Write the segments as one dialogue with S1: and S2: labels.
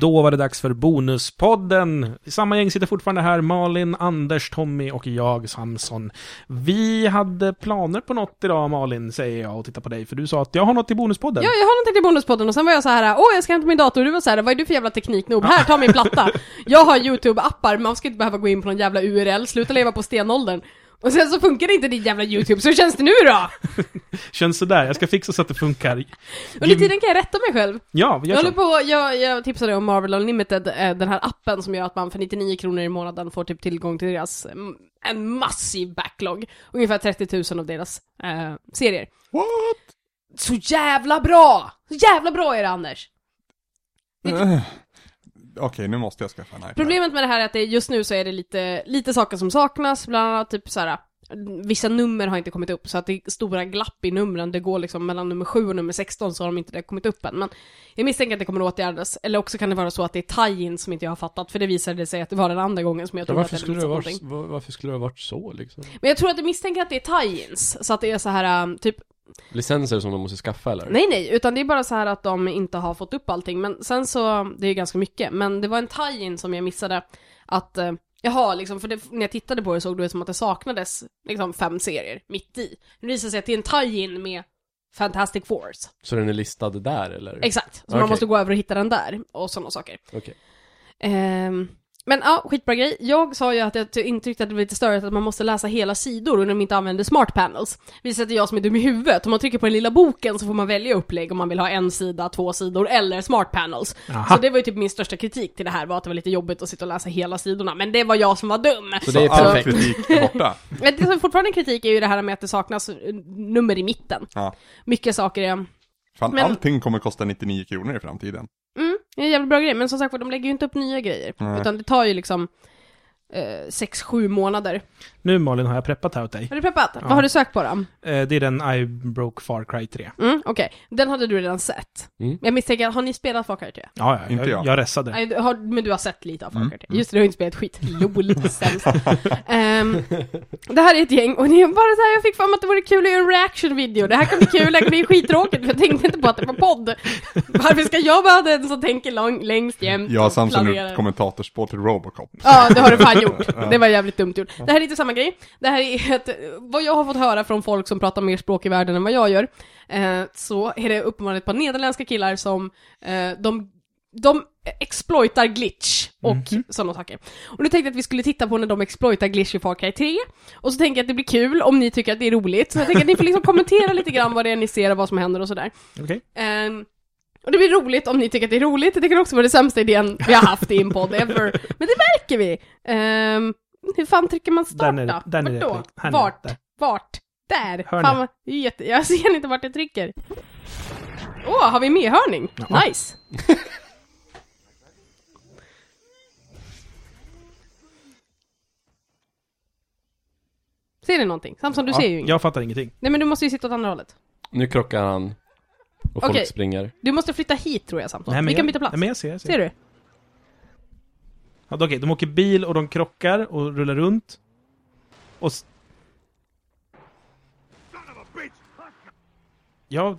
S1: Då var det dags för Bonuspodden. Samma gäng sitter fortfarande här. Malin, Anders, Tommy och jag, Samson. Vi hade planer på något idag, Malin, säger jag och tittar på dig. För du sa att jag har något i Bonuspodden.
S2: Ja, jag har någonting till bonuspodden och sen var jag så här, åh jag ska hämta min dator och du var så här, vad är du för jävla tekniknobb? Här, ta min platta. Jag har YouTube-appar, man ska inte behöva gå in på någon jävla URL, sluta leva på stenåldern. Och sen så funkar det inte din jävla YouTube, så hur känns det nu då?
S1: Känns sådär. Jag ska fixa så att det funkar.
S2: Under tiden kan jag rätta mig själv.
S1: Ja, vi gör
S2: Jag, håller
S1: så.
S2: på, jag, jag tipsade om Marvel Unlimited, eh, den här appen som gör att man för 99 kronor i månaden får typ tillgång till deras, mm, en massiv backlog. Ungefär 30 000 av deras eh, serier.
S3: What?
S2: Så jävla bra! Så jävla bra är det Anders!
S3: Eh. Okej, nu måste jag skaffa en iPad.
S2: Problemet med det här är att det just nu så är det lite, lite saker som saknas, bland annat typ så här. Vissa nummer har inte kommit upp, så att det är stora glapp i numren. Det går liksom mellan nummer 7 och nummer 16 så har de inte det kommit upp än. Men jag misstänker att det kommer att åtgärdas. Eller också kan det vara så att det är tie-in som inte jag har fattat, för det visade det sig att det var den andra gången som jag
S4: Ja,
S2: trodde
S4: varför,
S2: att jag
S4: skulle
S2: hade
S4: det
S2: missat
S4: vara,
S2: någonting.
S4: va- varför skulle det ha varit så liksom?
S2: Men jag tror att jag misstänker att det är tie-ins, så att det är så här ähm, typ
S4: Licenser som de måste skaffa eller?
S2: Nej, nej, utan det är bara så här att de inte har fått upp allting. Men sen så, det är ju ganska mycket, men det var en tie-in som jag missade. Att, eh, jaha, liksom, för det, när jag tittade på det såg det ut som att det saknades liksom fem serier mitt i. Nu visar det sig att det är en tie-in med Fantastic Fours.
S4: Så den är listad där eller?
S2: Exakt, så man
S4: Mm. Okej.
S2: måste gå över och hitta den där och sådana saker.
S4: Okej.
S2: Ehm, men ja, skitbra grej. Jag sa ju att jag ty- inte tyckte att det var lite störigt att man måste läsa hela sidor och när de inte använder smart panels. Visar att det är jag som är dum i huvudet. Om man trycker på den lilla boken så får man välja upplägg om man vill ha en sida, två sidor eller smart panels.
S1: Aha.
S2: Så det var ju typ min största kritik till det här var att det var lite jobbigt att sitta och läsa hela sidorna. Men det var jag som var dum.
S4: Så det är
S3: All
S4: perfekt.
S3: kritik är borta.
S2: Men det som fortfarande är kritik är ju det här med att det saknas eh, nummer i mitten.
S3: Ja.
S2: Mycket saker är
S3: Fan,
S2: Men-
S3: allting kommer kosta 99 kronor i framtiden.
S2: Mm, det är en jävligt bra grej. Men som sagt var, de lägger ju inte upp nya grejer.
S3: Nej.
S2: Utan det tar ju liksom eh, sex, sju månader.
S1: Nu, Malin, har jag preppat här åt dig.
S2: Har du preppat?
S1: Ja.
S2: Vad har du sökt på då?
S1: Eh, Det är den I broke Far Cry 3.
S2: Mm, Okej, den hade du redan sett.
S4: Mm.
S2: Jag misstänker, har ni spelat Far Cry 3?
S1: Ja, ja,
S3: Inte
S1: jag.
S3: jag.
S1: Jag ressade.
S2: Nej, du har, men du har sett lite av Far
S3: Mm.
S2: Cry 3. Just det, du har inte spelat skit. LOL, sämst. Ehm, det här är ett gäng, och det är bara så här, jag fick för mig att det vore kul att göra en reaction-video. Det här kan bli kul, det här kan bli skittråkigt, för jag tänkte inte på att det var podd. Varför ska jag vara den som tänker lång, längst jämt
S3: Jag
S2: och
S3: och Samson har
S2: planerar?
S3: gjort kommentatorspår till Robocop.
S2: Ja, det har du fan gjort. Det var jävligt dumt gjort. Det här är inte samma grej. Det här är ett, vad jag har fått höra från folk som pratar mer språk i världen än vad jag gör, eh, så är det uppenbarligen ett par nederländska killar som, eh, de, de exploitar glitch och sådana saker. Och nu tänkte jag att vi skulle titta på när de exploitar glitch i Far Cry 3, och så tänker jag att det blir kul om ni tycker att det är roligt. Så jag tänker att ni får liksom kommentera lite grann vad det är ni ser och vad som händer och sådär.
S1: Okej.
S2: Ehm, och det blir roligt om ni tycker att det är roligt. Det kan också vara den sämsta idén vi har haft i en podd ever. Men det märker vi. Ehm, hur fan trycker man starta?
S1: Där nere, där
S2: vart
S1: nere,
S2: då?
S1: klick. Här nere,
S2: vart?
S1: där.
S2: Vart? Där!
S1: Hör
S2: Fan,
S1: ni?
S2: vad- det är jätte... Jag ser inte vart jag trycker. Åh, har vi medhörning?
S1: Ja.
S2: Nice! ser du någonting? Samson, du ser ju inget.
S1: Jag fattar ingenting.
S2: Nej, men du måste ju sitta åt andra hållet.
S4: Nu krockar han. Och folk
S2: Okej.
S4: springer.
S2: Du måste flytta hit tror jag Samson.
S1: Nej, men
S2: vi
S1: jag,
S2: kan byta plats.
S1: Nej, men jag ser, jag ser.
S2: Ser du?
S1: Ja, Okej, de åker bil och de krockar och rullar runt. Och... s- Ja,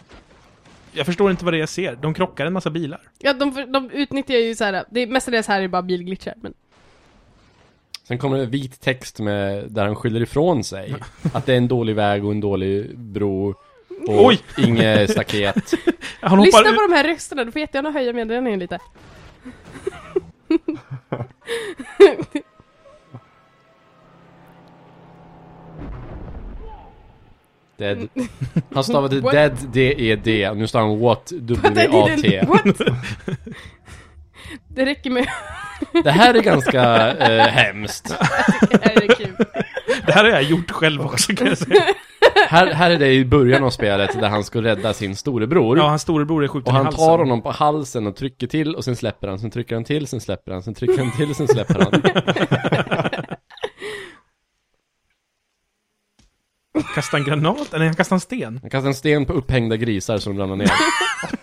S1: jag förstår inte vad det är jag ser. De krockar en massa bilar.
S2: Ja, de, de utnyttjar ju så här. det är mestadels här är det bara bilglitchar, men...
S4: Sen kommer det vit text med, där han skyller ifrån sig. Att det är en dålig väg och en dålig bro. Och
S1: Oj!
S4: inget staket.
S1: Han hoppar
S2: Lyssna
S1: ut-
S2: på de här rösterna, du får jättegärna höja meddelningen lite.
S4: Dead. Han stavade
S2: What?
S4: dead, D-E-D. Nu stavar han what,
S2: Vänta, det
S4: W-A-T.
S2: är- What? Det räcker med...
S4: Det här är ganska eh, hemskt.
S2: Det här är kul.
S1: Det här har jag gjort själv också kan jag säga.
S4: Här, här är det i början av spelet där han ska rädda sin storebror.
S1: Ja, hans storebror är skjuten
S4: Och
S1: i
S4: han
S1: halsen.
S4: tar honom på halsen och trycker till och sen släpper han, sen trycker han till, sen släpper han, sen trycker han till, sen släpper han.
S1: Kastar en granat? Nej, han kastar en sten.
S4: Han kastar en sten på upphängda grisar som ramlar ner.
S1: Kastar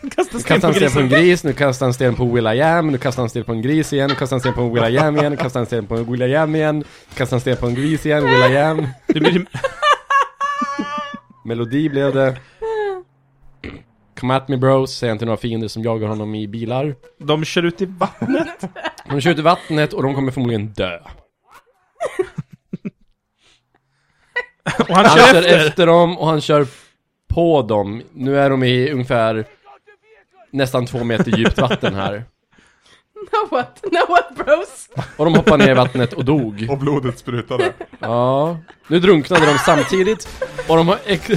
S4: Nu
S1: sten
S4: kastar
S1: på
S4: han sten på en
S1: grisen.
S4: gris, nu kastar han sten på Will.i.am, nu kastar han sten på en gris igen, nu kastar han sten på en Will.i.am igen, nu kastar han sten på en Will.i.am igen, nu kastar han sten på en gris igen, Will.i.am.
S1: Det blir...
S4: Melodi blev det. Come at me bros, säger han till några fiender som jagar honom i bilar.
S1: De kör ut i vattnet.
S4: De kör ut i vattnet och de kommer förmodligen dö.
S1: Och han
S4: Han
S1: kör
S4: kör
S1: efter.
S4: efter dem och han kör på dem. Nu är de i ungefär nästan två meter djupt vatten här.
S2: Now what? Now what bros?
S4: Och de hoppade ner i vattnet och dog.
S3: Och blodet sprutade.
S4: Ja. Nu drunknade de samtidigt och de har ex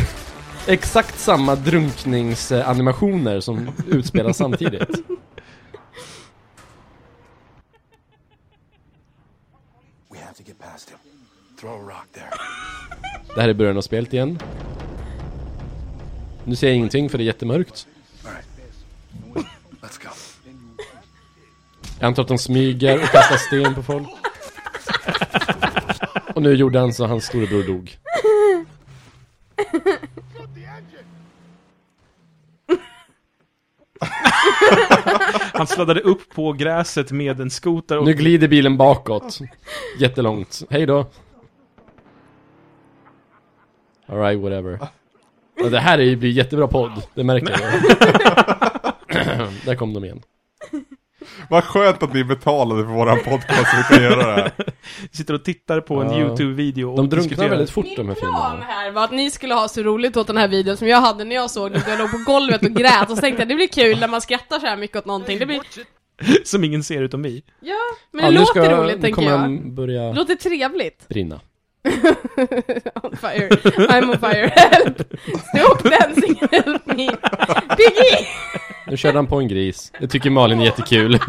S4: exakt samma drunkningsanimationer som utspelas samtidigt.
S5: We have to get past him. Throw a rock there.
S4: Det här är början av spelet igen. Nu ser jag ingenting för det är jättemörkt.
S5: All right. Let's go.
S4: Jag antar att de smyger och kastar sten på folk. Och nu gjorde han så hans storebror dog.
S1: Han sladdade upp på gräset med en skoter och
S4: Nu glider bilen bakåt. Jättelångt. Hej då. Alright, whatever.
S1: Ah.
S4: Ja, det här är ju, blir jättebra podd. Det märker jag. Där kom de igen.
S3: Vad skönt att ni betalade för våran podcast så vi kan göra det här.
S1: sitter och tittar på en
S4: Ja.
S1: YouTube-video och
S4: De drunknar
S1: diskuterar.
S4: väldigt fort de här
S2: Min plan
S4: filmerna.
S2: här var att ni skulle ha så roligt åt den här videon som jag hade när jag såg den. Jag låg på golvet och grät och så tänkte jag det blir kul när man skrattar så här mycket åt någonting. Det blir...
S1: Som ingen ser utom vi.
S2: Ja, men
S4: Ja,
S2: det
S4: nu
S2: låter
S4: ska-
S2: roligt
S4: nu
S2: tänker
S4: kommer
S2: jag.
S4: han börja
S2: Låter trevligt.
S4: brinna.
S2: on fire. I'm on fire. Help! Stop dancing, help me! Piggy!
S4: Nu körde han på en gris. Det tycker Malin är jättekul.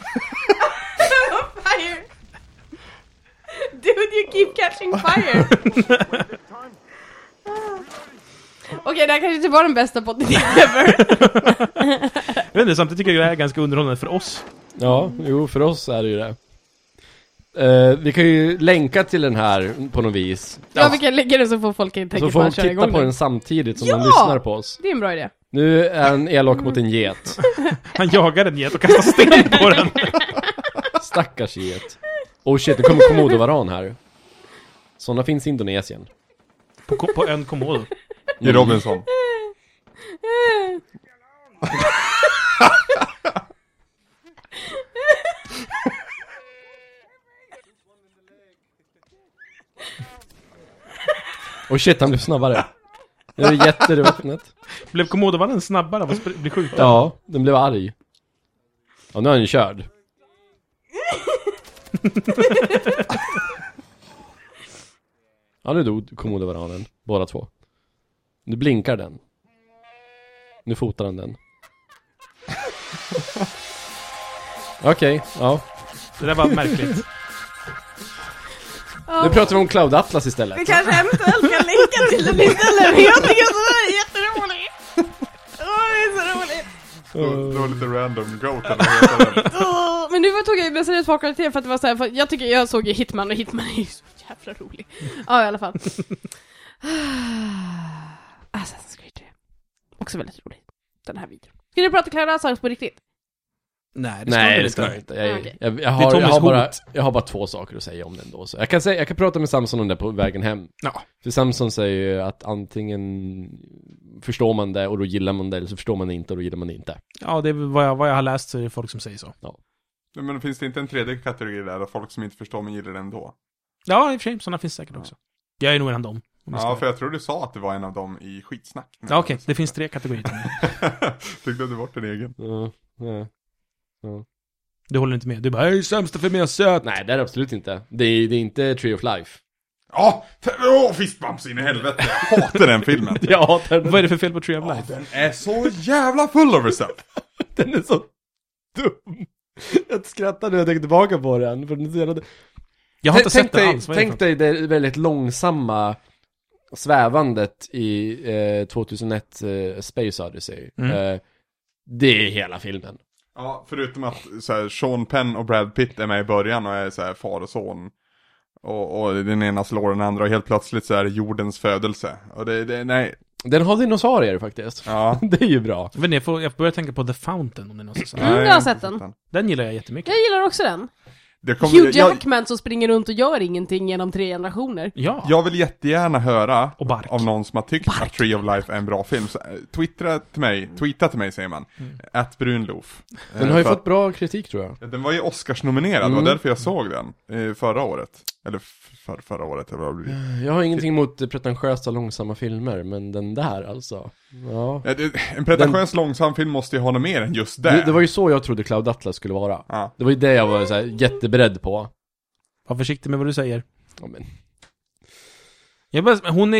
S2: I'm on fire! Dude, you keep catching fire! Okej, det här kanske inte var den bästa podden ever.
S1: Jag vet inte, samtidigt tycker jag det är ganska underhållande för oss.
S4: Ja, jo, för oss är det ju det. Eh, vi kan ju länka till den här på något vis.
S2: Ja, vi kan lägga den så får folk helt
S4: så
S2: enkelt
S4: får
S2: bara
S4: de
S2: köra
S4: titta
S2: igång
S4: på den
S2: den.
S4: samtidigt som
S2: Ja!
S4: de lyssnar på oss.
S2: Det är en bra idé.
S4: Nu är han elak mot en get.
S1: Han jagar en get och kastar sten på den.
S4: Stackars get. Oh shit, det kommer komodovaran här. Sådana finns i Indonesien.
S1: På, ko- på ön Komodo.
S3: I Robinson.
S4: Oh shit, han blev snabbare. Nu är det getter i vattnet.
S1: Blev Komodovallen snabbare av att spr- bli skjuten?
S4: Ja, den blev arg. Ja, nu är han ju körd. Ja, nu dog komodovaranen. Båda två. Nu blinkar den. Nu fotar han den. Okej, ja.
S1: Det där var märkligt.
S2: Ja,
S4: Nu pratar vi om Cloud Atlas istället.
S2: Vi kanske eventuellt kan länka till den istället, men jag tycker sådär är jätteroligt! Åh, det är så roligt!
S3: Det var lite random goat eller vad heter det?
S2: Åh, Men nu tog jag ju Braziliens folkkvalitet för att det var såhär, för jag tycker jag såg ju Hitman och Hitman är ju så jävla rolig. Ja, i alla fall. Ah, Assassin's Creed 3. Också väldigt rolig. Den här videon. Ska ni prata Clara Assange på riktigt?
S1: Nej,
S4: Nej, det ska jag inte.
S2: Ah,
S4: Jag,
S2: okej.
S4: jag, jag,
S1: Det är
S4: har, jag,
S1: Tommys
S4: har bara,
S1: hot.
S4: jag har bara två saker att säga om den då. Så jag, kan säga, jag kan prata med Samson om det på vägen hem.
S1: Ja.
S4: För Samson säger ju att antingen förstår man det och då gillar man det, eller så förstår man det inte och då gillar man det inte.
S1: Ja, det är vad jag, vad jag har läst så är det folk som säger så.
S3: Nej, Men finns det inte en tredje kategori där, där folk som inte förstår men gillar det ändå?
S1: Ja, i och för sig, sådana finns säkert också. Jag är nog en av dem. om vi ska
S3: Ja,
S1: vara
S3: för jag tror du sa att det var en av dem i skitsnack.
S1: Ja, Okej, det finns tre kategorier. Tommy.
S3: Fick du bort din egen?
S4: Ja, ja.
S1: Du håller inte med. Du bara "Hej, sämsta för mig söt!”
S4: Nej, det är det absolut inte. Det är, det är inte Tree of Life.
S3: Ja! Åh, oh, fistbumps in i helvete! Jag hatar den filmen!
S4: Jag hatar
S1: Vad är det för fel på Tree of Life?
S3: Den är så jävla full av recept!
S4: Den är så dum. Jag skrattar nu när jag tänker tillbaka på den. För den är så
S1: Jag har inte sett
S4: dig,
S1: den alls. Vad är det för
S4: Tänk dig det väldigt långsamma svävandet i eh, 2001 eh, Space Odyssey.
S1: Mm.
S4: Eh, det är hela filmen.
S3: Ja, förutom att så här, Sean Penn och Brad Pitt är med i början och är så här, far och son. Och, och den ena slår den andra och helt plötsligt så är det jordens födelse. Och det, det nej.
S4: Den har dinosaurier faktiskt.
S3: Ja.
S4: Det är ju bra.
S1: Jag vet inte, jag, får, jag börjar tänka på The Fountain om det är något sånt.
S2: Mm, jag har sett den.
S1: Den gillar jag jättemycket.
S2: Jag gillar också den.
S3: Det kommer,
S2: Hugh
S3: jag,
S2: Jackman som springer runt och gör ingenting genom tre generationer.
S1: Ja.
S3: jag vill jättegärna höra
S1: Och bark.
S3: av någon som har tyckt att Tree of Life är en bra film. Så, eh, twittra till mig, tweeta till mig säger man. Eh, Att Brunloof.
S4: Den har ju fått bra kritik tror jag.
S3: Den var ju Oscars-nominerad, det
S4: Mm.
S3: var därför jag såg den. eh, Förra året. Eller för, förra året, eller vad det blir.
S4: Jag har ingenting emot eh, pretentiösa långsamma filmer, men den där alltså. Ja.
S3: Ja, det- En pretentiös långsam film måste ju ha något mer än just det.
S4: Det, det var ju så jag trodde Cloud Atlas skulle vara.
S3: Ja.
S4: Det var ju det jag var så här, jätteberedd på.
S1: Var försiktig med vad du säger.
S4: Ja, men.
S1: Jag bara, hon är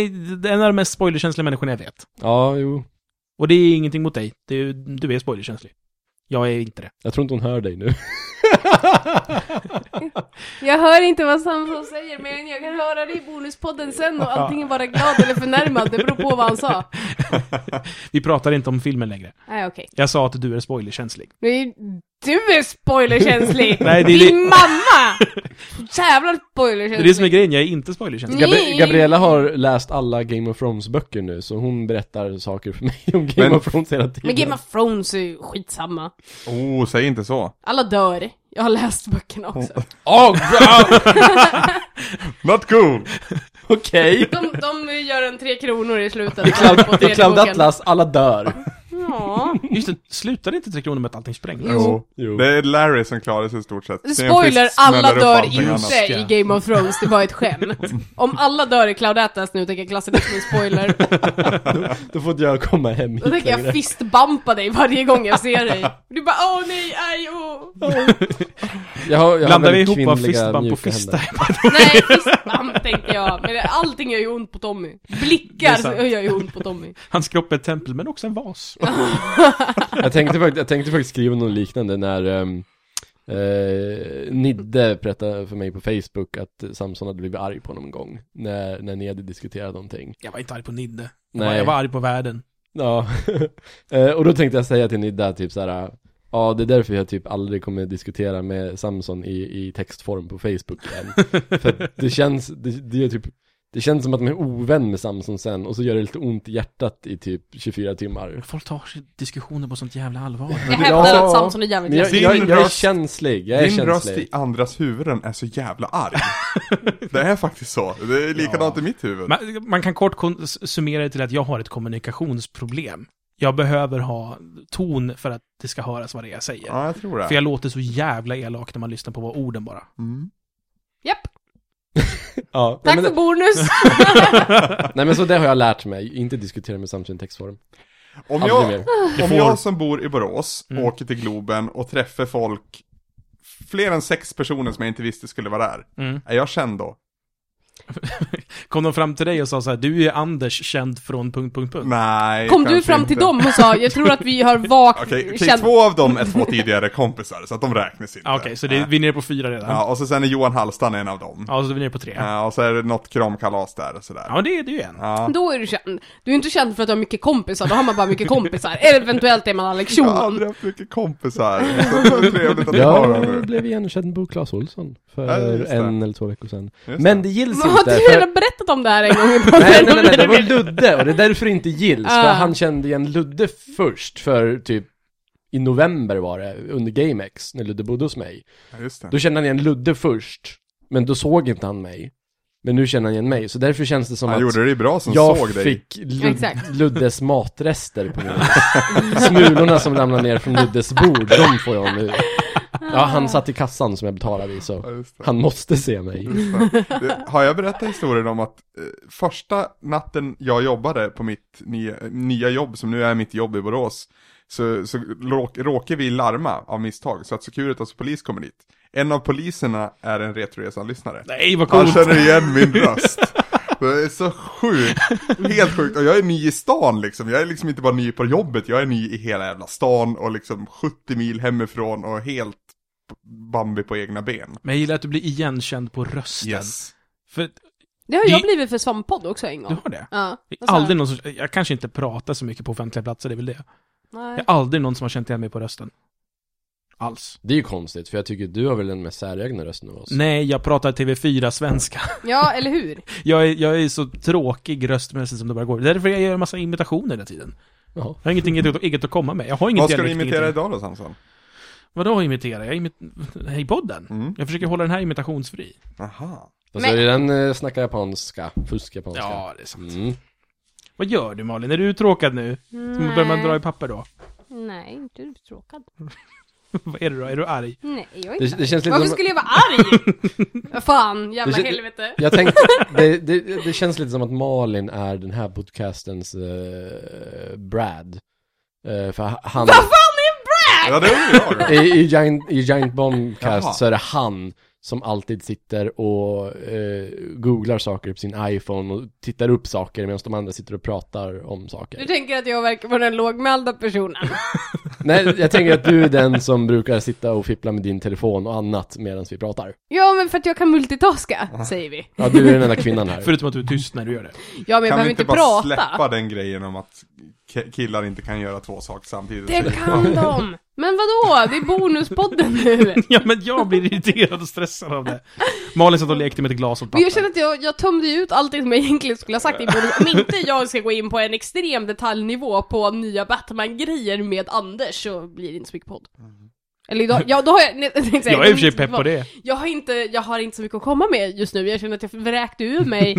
S1: en av de mest spoilerkänsliga människorna jag vet.
S4: ja, jo.
S1: Och det är ingenting mot dig. Du, du är spoilerkänslig. Jag är inte det.
S4: Jag tror inte hon hör dig nu.
S2: Jag hör inte vad Samson säger mer än jag kan höra det i bonuspodden sen och antingen vara glad eller förnärmad, det beror på vad han sa.
S1: Vi pratar inte om filmen längre.
S2: Nej okej.
S1: Jag sa att du är spoilerkänslig.
S2: Nej, Du är spoilerkänslig!
S1: Nej, det är
S2: Din
S1: det-
S2: mamma! Jävlar
S1: Det är det som är
S2: spoilerkänslig!
S1: grejen, jag är inte spoilerkänslig.
S4: Gabri
S2: Nej.
S4: Gabriella har läst alla Game of Thrones böcker nu, så hon berättar saker för mig om Game
S3: Men-
S4: of Thrones hela tiden.
S2: Men Game of Thrones är ju skitsamma.
S3: Oh, säg inte så.
S2: Alla dör. Jag har läst böckerna också.
S4: Åh, bra!
S3: Not cool!
S4: Okej!
S2: De, de gör en tre kronor i slutet. på
S4: Cloud, I
S2: tredje
S4: Cloud
S2: boken.
S4: Atlas, alla dör.
S2: Ja.
S1: Just det, slutade inte Tre Kronor med att allting sprängdes?
S3: Jo.
S4: Jo.
S3: Det är Larry som klarar sig i stort sett. Det är en
S2: Spoiler,
S3: fisk som
S2: alla
S3: smäller upp
S2: dör
S3: allting annat.
S2: inte i Game of Thrones, det var ett skämt. Om alla dör i Cloud Atlas nu tänker jag klassa det som en spoiler.
S4: Då får inte jag komma hem hit
S2: Då tänker jag
S4: längre.
S2: fistbampa dig varje gång jag ser dig. Du bara åh nej, aj åh.
S4: Jag har, jag har
S1: Blandar vi
S4: väldigt
S1: ihop vad
S4: kvinnliga,
S1: fistbump
S4: mjuka
S1: och fist
S4: händer.
S2: Nej, fistbamp tänker jag. Men det- allting gör ju ont på Tommy.
S1: Det är
S2: Blickar
S1: sant.
S2: så gör ju ont på Tommy.
S1: Hans kropp är ett tempel, men också en vas.
S4: Jag tänkte, fakt- jag tänkte faktiskt skriva något liknande när ehm, eh, Nidde berättade för mig på Facebook att Samson hade blivit arg på honom en gång. När, när ni hade diskuterat någonting.
S1: Jag var inte arg på Nidde. Jag var,
S4: Nej.
S1: jag var arg på världen.
S4: Ja. Eh, och då tänkte jag säga till Nidda typ så här. Ja, det är därför jag typ aldrig kommer diskutera med Samson i, i textform på Facebook igen. för att det känns, det, det är typ det känns som att man är ovän med Samson sen och så gör det lite ont i hjärtat i typ 24 timmar.
S1: Folk tar sig diskussioner på sånt jävla allvar.
S2: Jag
S4: Ja.
S2: hävdar att Samson är jävligt
S4: Men jag,
S3: Din
S4: jag, jag är
S3: röst-
S4: känslig, jag är
S3: Din röst i
S4: känslig.
S3: andras huvuden är så jävla arg. det är faktiskt så. Det är likadant i mitt huvud.
S1: Man, man kan kort kon- s- summera det till att jag har ett kommunikationsproblem. Jag behöver ha ton för att det ska höras vad det är jag säger.
S3: Ja, jag tror det.
S1: För jag låter så jävla elak när man lyssnar på vad orden bara.
S3: Mm.
S2: Japp,
S4: Ja,
S2: tack
S4: men,
S2: för bonus!
S4: nej men så det har jag lärt mig, inte diskutera med Samson i textform.
S3: Om,
S4: Aldrig
S3: jag,
S4: mer.
S3: om
S1: får-
S3: jag som bor i Borås
S1: Mm.
S3: åker till Globen och träffar folk, fler än sex personer som jag inte visste skulle vara där,
S1: Mm.
S3: är jag känd då?
S1: Kom de fram till dig och sa så här, du är Anders känd från punkt, punkt, punkt.
S3: Nej,
S2: Kom du
S3: kanske
S2: fram
S3: inte.
S2: till dem och sa jag tror att vi har vagt
S3: Okej, okej,
S2: känt...
S3: två av dem är två tidigare kompisar, så att de räknas inte.
S1: Ja, Ah, Okej, så det, vi är nere på fyra redan.
S3: Ja,
S1: Ja,
S3: och så sen är Johan Hallstan en av dem.
S1: så är vi nere på tre. Ja,
S3: Ja, och så är det något kramkalas där och sådär.
S1: det, är- det är ju en.
S3: Ja.
S2: Då är du känd. Du är inte känd för att du har mycket kompisar, då har man bara mycket kompisar. Eventuellt är man Alex
S3: Jag
S2: Schulman.
S3: har aldrig haft mycket kompisar. Så det är trevligt att ni har dem nu.
S4: Jag blev igenkänd på Claes Olsson
S3: Ja,
S4: för
S3: just det.
S4: en eller två veckor sedan.
S3: Just
S4: Men det gills
S2: Men har
S4: inte.
S2: du
S4: för-
S2: redan berättat om det här en gång i podden?
S4: Nej, nej, nej, nej, det var Ludde och det är därför det inte gills. För
S2: Ah.
S4: han kände igen Ludde först för typ i november var det, under GameX, när Ludde bodde hos mig.
S3: Ja, Just det.
S4: Då kände han igen Ludde först, men då såg inte han mig. Men nu känner han igen mig, så därför känns det som
S3: Han
S4: att
S3: gjorde det bra som
S4: jag
S3: såg dig.
S4: fick Lud-
S2: Exakt.
S4: Luddes matrester på mig. Smulorna som ramlar ner från Luddes bord, de får jag nu. Ja, han satt i kassan som jag betalade i,
S3: Ja,
S4: så
S3: just det.
S4: han måste se mig.
S3: Just det. Det- Har jag berättat historien om att eh, första natten jag jobbade på mitt nya, nya jobb, som nu är mitt jobb i Borås, så, så råk, råkar vi larma av misstag, så att Securitas och polis kommer dit. En av poliserna är en Retroresan-lyssnare.
S1: Nej, vad
S3: Han
S1: coolt!
S3: känner igen min röst. Det är så sjukt, helt sjukt. Och jag är ny i stan liksom, jag är liksom inte bara ny på jobbet, jag är ny i hela jävla stan och liksom 70 mil hemifrån och helt Bambi på egna ben.
S1: Men jag gillar att du blir igenkänd på rösten. För
S2: Det har jag
S1: Det-
S2: blivit för svamppodd också en
S1: du
S2: gång.
S1: har det.
S2: Ja.
S1: Det
S2: Vad
S1: är
S2: sa
S1: aldrig någon som, jag kanske inte pratar så mycket på offentliga platser, det är väl det.
S2: Nej.
S1: Det är aldrig någon som har känt igen mig på rösten. Alls.
S4: Det är ju konstigt, för jag tycker du har väl den mest säregna rösten av oss.
S1: Nej, jag pratar TV4-svenska.
S2: Ja, eller hur?
S1: Jag är, jag är så tråkig röstmässigt som det bara går. Det är därför jag gör en massa imitationer hela tiden.
S4: Jaha.
S1: Jag har ingenting eget, eget att komma med. Jag har inget
S3: Vad ska du
S1: dialekt,
S3: imitera
S1: ingenting.
S3: idag då Samson?
S1: Vadå imitera? Jag imit... Hej podden.
S3: Mm.
S1: Jag försöker hålla den här imitationsfri.
S3: Aha.
S4: Fast är det den eh, snackar japanska, fusk japanska.
S1: Ja, det är sant.
S4: Mm.
S1: Vad gör du Malin? Är du uttråkad nu? Så börjar man dra i papper då?
S6: Nej, inte uttråkad.
S1: Vad är du då? Är du arg?
S6: Nej, jag är
S4: Det,
S6: inte
S4: det känns lite
S2: Varför
S4: som...
S2: skulle jag vara arg? Vad Fan, jävla
S4: Det kän-
S2: helvete.
S4: Jag tänkte, det, det, det känns lite som att Malin är den här podcastens eh, Brad. Eh, för han...
S3: Ja, det är väl jag.
S4: I, i, Giant, I Giant Bombcast
S3: Jaha.
S4: så är det han som alltid sitter och eh, googlar saker på sin iPhone och tittar upp saker medan de andra sitter och pratar om
S2: Du
S4: saker.
S2: tänker att jag verkar vara den lågmälda personen.
S4: Nej, jag tänker att du är den som brukar sitta och fippla med din telefon och annat medan vi pratar.
S2: Ja, men för att jag kan multitaska, säger vi.
S4: Ja, du är den enda kvinnan här.
S1: Förutom att du är tyst när du gör det.
S2: Ja, men jag
S3: Kan
S2: behöver
S3: vi
S2: inte
S3: inte bara
S2: prata.
S3: släppa den grejen om att ki- killar inte kan göra två saker samtidigt?
S2: Det kan de! Men vadå? Det är bonuspodden nu.
S1: Ja, men jag blir irriterad och stressad av det. Malin satt och lekte med ett glas och
S2: Men jag
S1: papper.
S2: känner att jag, jag tömde ju ut allting som jag egentligen skulle ha sagt i bonus. Om inte jag ska gå in på en extrem detaljnivå på nya Batman-grejer med Anders så blir det inte så mycket podd. Eller idag, ja då har jag... Nej, jag, tänkte
S1: Jag är i och för sig
S2: säga,
S1: pepp på det.
S2: Jag har, inte, jag har inte så mycket att komma med just nu, jag känner att jag vräkte ur mig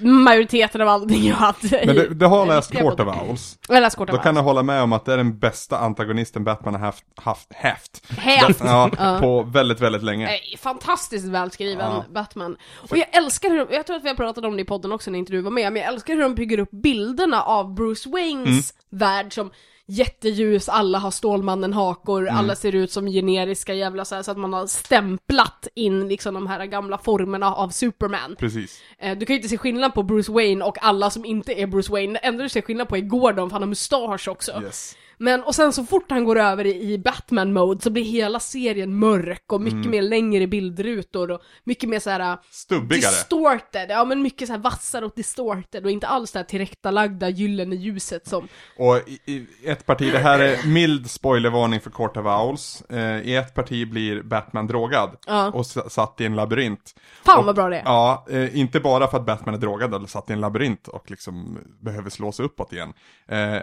S2: majoriteten av allting jag hade. i-
S3: Men det, det har läst
S2: Jag
S3: Court of
S2: bara-
S3: Owls.
S2: Jag läste kort av
S3: Då kan
S2: allt.
S3: jag hålla med om att det är den bästa antagonisten Batman har haft, haft, haft.
S2: Häft!
S3: Ja, på väldigt, väldigt länge.
S2: Nej, Eh, Fantastiskt välskriven
S3: Ja.
S2: Batman. Och jag älskar hur de, jag tror att vi har pratat om det i podden också när inte du var med, men jag älskar hur de bygger upp bilderna av Bruce Waynes
S3: Mm.
S2: värld som jätteljus, alla har Stålmannen-hakor,
S3: Mm.
S2: alla ser ut som generiska jävla så, här, så att man har stämplat in liksom de här gamla formerna av Superman.
S3: Precis.
S2: Eh, Du kan ju inte se skillnad på Bruce Wayne och alla som inte är Bruce Wayne. Det enda du ser skillnad på är Gordon, för han har mustasch också.
S3: Yes.
S2: Men, och sen så fort han går över i i Batman-mode så blir hela serien mörk och
S3: Mm.
S2: mycket mer längre bildrutor och mycket mer såhär
S3: Stubbigare.
S2: distorted, ja men mycket såhär vassare och distorted och inte alls det här tillrättalagda gyllene ljuset som...
S3: Och i, i ett parti, det här är mild spoilervarning för Court of Owls. Eh, I ett parti blir Batman drogad.
S2: Ja.
S3: Och s- satt i en labyrint.
S2: Fan
S3: Och-
S2: vad bra det är!
S3: Ja, eh, inte bara för att Batman är drogad eller satt i en labyrint och liksom behöver slå sig uppåt igen. Eh,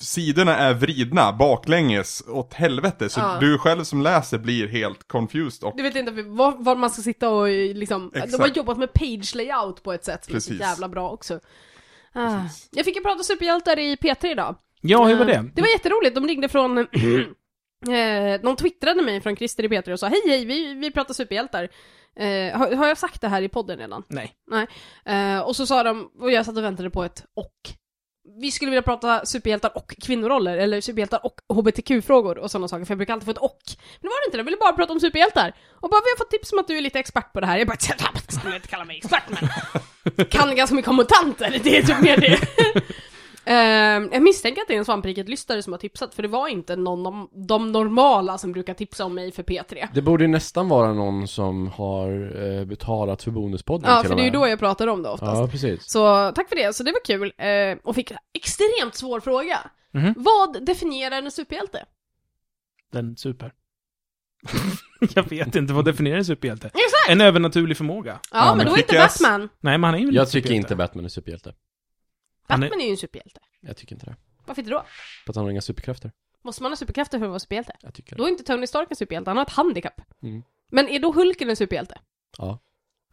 S3: sidorna är vridna baklänges åt helvete, så
S2: Ja.
S3: du själv som läser blir helt confused och
S2: Du vet inte var, var man ska sitta och eh, liksom, de har
S3: Exakt.
S2: jobbat med page layout på ett sätt som är
S3: Precis.
S2: så jävla bra också. Ah. Jag fick ju prata superhjältar i P3 idag.
S1: Ja, hur var
S2: Eh,
S1: det?
S2: Det var jätteroligt, de ringde från... eh, de twittrade mig från Christer i Petri och sa hej hej, vi, vi pratar superhjältar. Eh, har, har jag sagt det här i podden redan?
S1: Nej.
S2: Nej. Eh, och så sa de, och jag satt och väntade på ett och. Vi skulle vilja prata superhjältar och kvinnoroller, eller superhjältar och hbtq-frågor och sådana saker, för jag brukar alltid få ett och. Men det var det inte, de ville bara prata om superhjältar. Och bara, vi har fått tips om att du är lite expert på det här. Jag bara, jag skulle inte kalla mig expert men... Kan ganska mycket om mutanter, det är typ mer det. Eh, jag misstänker att det är en svampriket-lyssnare som har tipsat, för det var inte någon av de normala som brukar tipsa om mig för P3.
S4: Det borde ju nästan vara någon som har eh, betalat för Bonuspodden
S2: Ja,
S4: till
S2: för
S4: och
S2: det är ju
S4: med.
S2: då jag pratar om det oftast.
S4: Ja, precis.
S2: Så tack för det, så det var kul. Eh, och fick extremt svår fråga.
S1: Mhm.
S2: Vad definierar en superhjälte?
S1: Den super. jag vet inte, vad definierar en superhjälte?
S2: Exakt!
S1: En övernaturlig förmåga.
S2: Ja, men,
S3: men
S2: då är inte
S3: Kick-Ass-
S2: Batman.
S1: Nej, men han är ju en
S4: Jag tycker
S1: superhjälte.
S4: inte Batman är superhjälte.
S1: Han är-
S2: Batman är ju en superhjälte.
S4: Jag tycker inte det.
S2: Varför inte då?
S4: För att han har inga superkrafter.
S2: Måste man ha superkrafter för att vara superhjälte?
S4: Jag tycker
S2: Då
S4: det.
S2: är inte Tony Stark en superhjälte, han har ett handikapp.
S4: Mm.
S2: Men är då Hulken en superhjälte?
S4: Ja.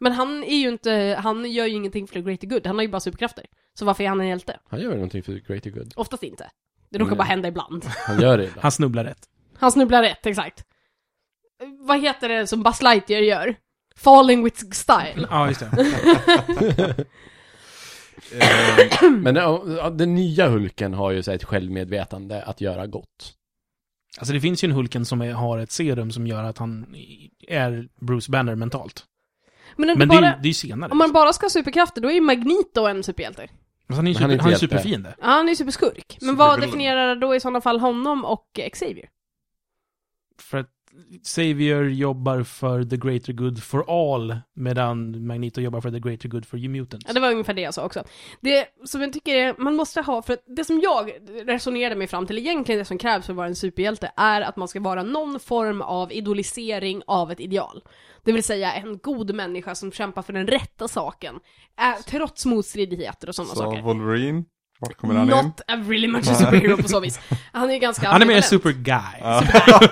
S2: Men han är ju inte, han gör ju ingenting för the greater good, han har ju bara superkrafter. Så varför är han en hjälte?
S4: Han gör ju någonting för greater good.
S2: Oftast inte. Det råkar
S1: Mm.
S4: Nej.
S2: bara hända ibland.
S4: Han gör det ibland.
S1: Han snubblar rätt.
S2: Han snubblar rätt, exakt. Vad heter det som Buzz Lightyear gör? Falling with style.
S1: Ja, just det.
S3: eh,
S4: Men ja, ja, den nya Hulken har ju så här ett självmedvetande att göra gott.
S1: Alltså det finns ju en Hulken som är, har ett serum som gör att han är Bruce Banner mentalt.
S2: Men, om du
S1: Men det,
S2: bara,
S1: är, ju- det är ju senare. liksom.
S2: om man bara ska ha superkrafter, då är ju Magneto en superhjälte.
S1: Alltså, han är ju
S4: Men
S1: super,
S4: han är inte
S1: han är
S4: hjälte.
S1: superfiende.
S2: Ja, han är ju superskurk. Men vad
S3: Supervillain.
S2: definierar då i sådana fall honom och Xavier?
S1: För att Xavier jobbar för the greater good for all, medan Magneto jobbar för the greater good for you mutants.
S2: Ja, det var ungefär det jag sa också. Det som jag tycker är, man måste ha, för att det som jag resonerade mig fram till, egentligen det som krävs för att vara en superhjälte, är att man ska vara någon form av idolisering av ett ideal. Det vill säga en god människa som kämpar för den rätta saken, eh, trots motstridigheter och sådana
S3: Så
S2: saker.
S3: Wolverine, Vart kommer han in?
S2: Not a really much a superhero på så vis. Han är ju ganska
S1: Han är mer
S2: ambivalent.
S1: super guy.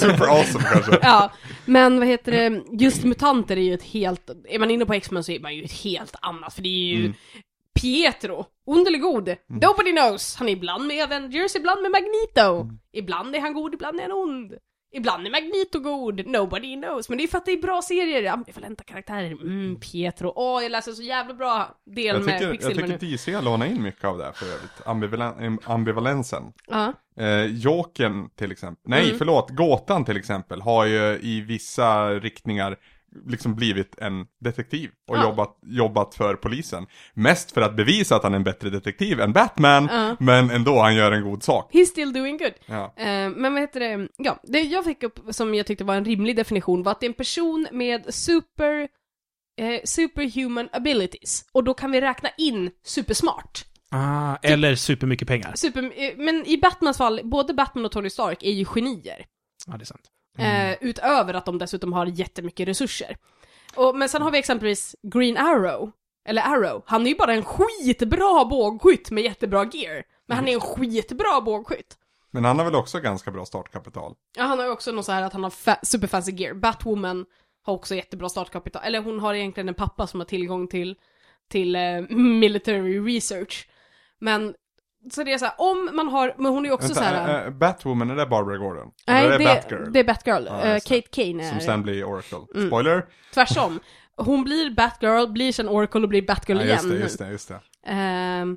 S3: Super awesome kanske.
S2: Ja, men vad heter det, just mutanter är ju ett helt, är man inne på X-Men så är man ju ett helt annat, för det är ju
S3: Mm.
S2: Pietro, ond eller god, nobody knows. Han är ibland med Avengers, ibland med Magneto.
S3: Mm.
S2: Ibland är han god, ibland är han ond. Ibland är Magneto god, nobody knows. Men det är för att det är bra serier, ambivalenta karaktärer. Mm, Pietro, åh jag läser så jävla bra del
S3: Jag
S2: med
S3: tycker, jag
S2: Quicksilver
S3: tycker
S2: nu.
S3: DC lånar in mycket av det här för övrigt. Ambivalen, ambivalensen.
S2: Ja,
S3: Eh, Jokern till exempel, nej
S2: Mm.
S3: förlåt, Gåtan till exempel har ju i vissa riktningar liksom blivit en detektiv och
S2: Ja.
S3: jobbat, jobbat för polisen. Mest för att bevisa att han är en bättre detektiv än Batman,
S2: Ja.
S3: men ändå han gör en god sak.
S2: he's still doing good.
S3: Ja.
S2: Eh, men vad heter det, ja, det jag fick upp som jag tyckte var en rimlig definition var att det är en person med super, eh, superhuman abilities. Och då kan vi räkna in supersmart.
S1: Ah, eller supermycket pengar.
S2: Super, eh, men i Batmans fall, både Batman och Tony Stark är ju genier.
S1: Ja, det är sant.
S2: Eh, utöver att de dessutom har jättemycket resurser. Och, men sen har vi exempelvis Green Arrow, eller Arrow. Han är ju bara en skitbra bågskytt med jättebra gear. Men han är en skitbra bågskytt.
S3: Men han har väl också ganska bra startkapital.
S2: Ja, han har ju också någon så här att han har fa- superfancy gear. Batwoman har också jättebra startkapital. Eller hon har egentligen en pappa som har tillgång till, till eh, military research. Men, så det är så här, om man har, men hon är ju också
S3: Vänta,
S2: så här...
S3: eh, eh, Batwoman, är det Barbara Gordon?
S2: Nej,
S3: Eller är
S2: det,
S3: Batgirl?
S2: det Mm. är Batgirl.
S3: Ja,
S2: Eh,
S3: just det.
S2: Kate Kane är
S3: Som sen blir Oracle. Spoiler?
S2: tvärsom. Hon blir Batgirl, blir sen Oracle och blir Batgirl
S3: Ja,
S2: igen.
S3: just det,
S2: nu.
S3: just det, just det.
S2: Ehm,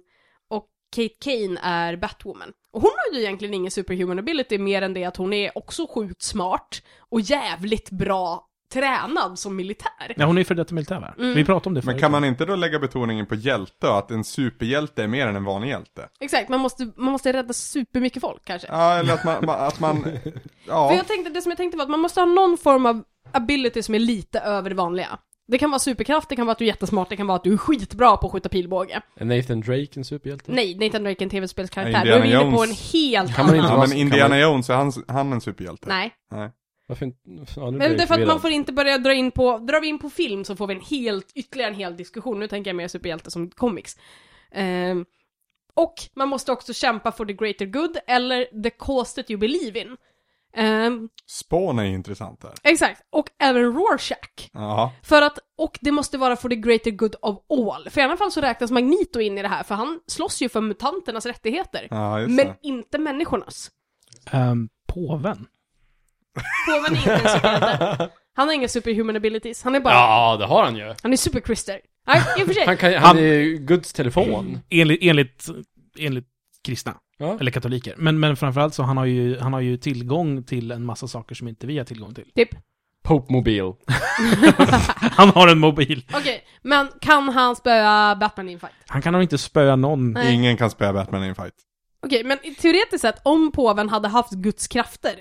S2: och Kate Kane är Batwoman. Och hon har ju egentligen ingen superhuman ability mer än det att hon är också sjukt smart och jävligt bra tränad som militär.
S1: Ja, hon är ju för detta militär, va?
S2: Mm.
S1: Vi pratade om det förut.
S3: Men kan man inte då lägga betoningen på hjälte och att en superhjälte är mer än en vanlig hjälte?
S2: Exakt, man måste, man måste rädda supermycket folk kanske.
S3: Ja, eller att man, man- att man
S2: För
S3: ja.
S2: jag tänkte, det som jag tänkte var att man måste ha någon form av ability som är lite över det vanliga. Det kan vara superkraft, det kan vara att du är jättesmart, det kan vara att du är skitbra på att skjuta pilbåge.
S4: Är Nathan Drake en superhjälte?
S2: Nej, Nathan Drake är en tv-spelskaraktär. Nu
S3: Indiana
S2: är vi inne på en
S3: Jones.
S2: helt
S4: Kan man
S2: annan...
S4: inte
S3: Ja,
S4: vara-
S3: men
S4: kan
S3: Indiana
S4: man-
S3: Jones, är han, han en superhjälte?
S2: Nej.
S3: Nej.
S4: Varför inte? Ja, nu blir
S2: Men
S4: jag
S2: därför att man
S4: förvirrad.
S2: får inte börja dra in på, drar vi in på film så får vi en helt, ytterligare en hel diskussion. Nu tänker jag mer superhjälte som comics. Ehm, och man måste också kämpa för the greater good eller the cause that you believe in. Ehm,
S3: Spawn är ju intressant där.
S2: exakt, och även Rorschach.
S3: Ja.
S2: För att, och det måste vara for the greater good of all. För i alla fall så räknas Magneto in i det här, för han slåss ju för mutanternas rättigheter.
S3: Ja, just
S2: men
S3: det.
S2: inte människornas.
S1: Ehm, påven?
S2: Påven är inte en superhjälte. Han har inga superhuman abilities, han är bara,
S4: Ja, det har han ju.
S2: han är superchrister. Nej, i och för sig.
S4: Han, kan,
S1: Han-
S4: han är Guds
S2: Mm.
S4: telefon.
S1: Enligt, enligt, enligt kristna.
S4: Ja.
S1: Eller katoliker. Men, men framförallt så, han har, ju, han har ju tillgång till en massa saker som inte vi har tillgång till.
S2: Typ.
S4: Pope Mobil.
S1: Han har en mobil.
S2: Okej, men kan han spöa Batman i en fight?
S1: Han kan nog inte spöa någon.
S2: Nej.
S3: Ingen kan spöa Batman i en fight.
S2: Okej, men teoretiskt sett, om påven hade haft Guds krafter,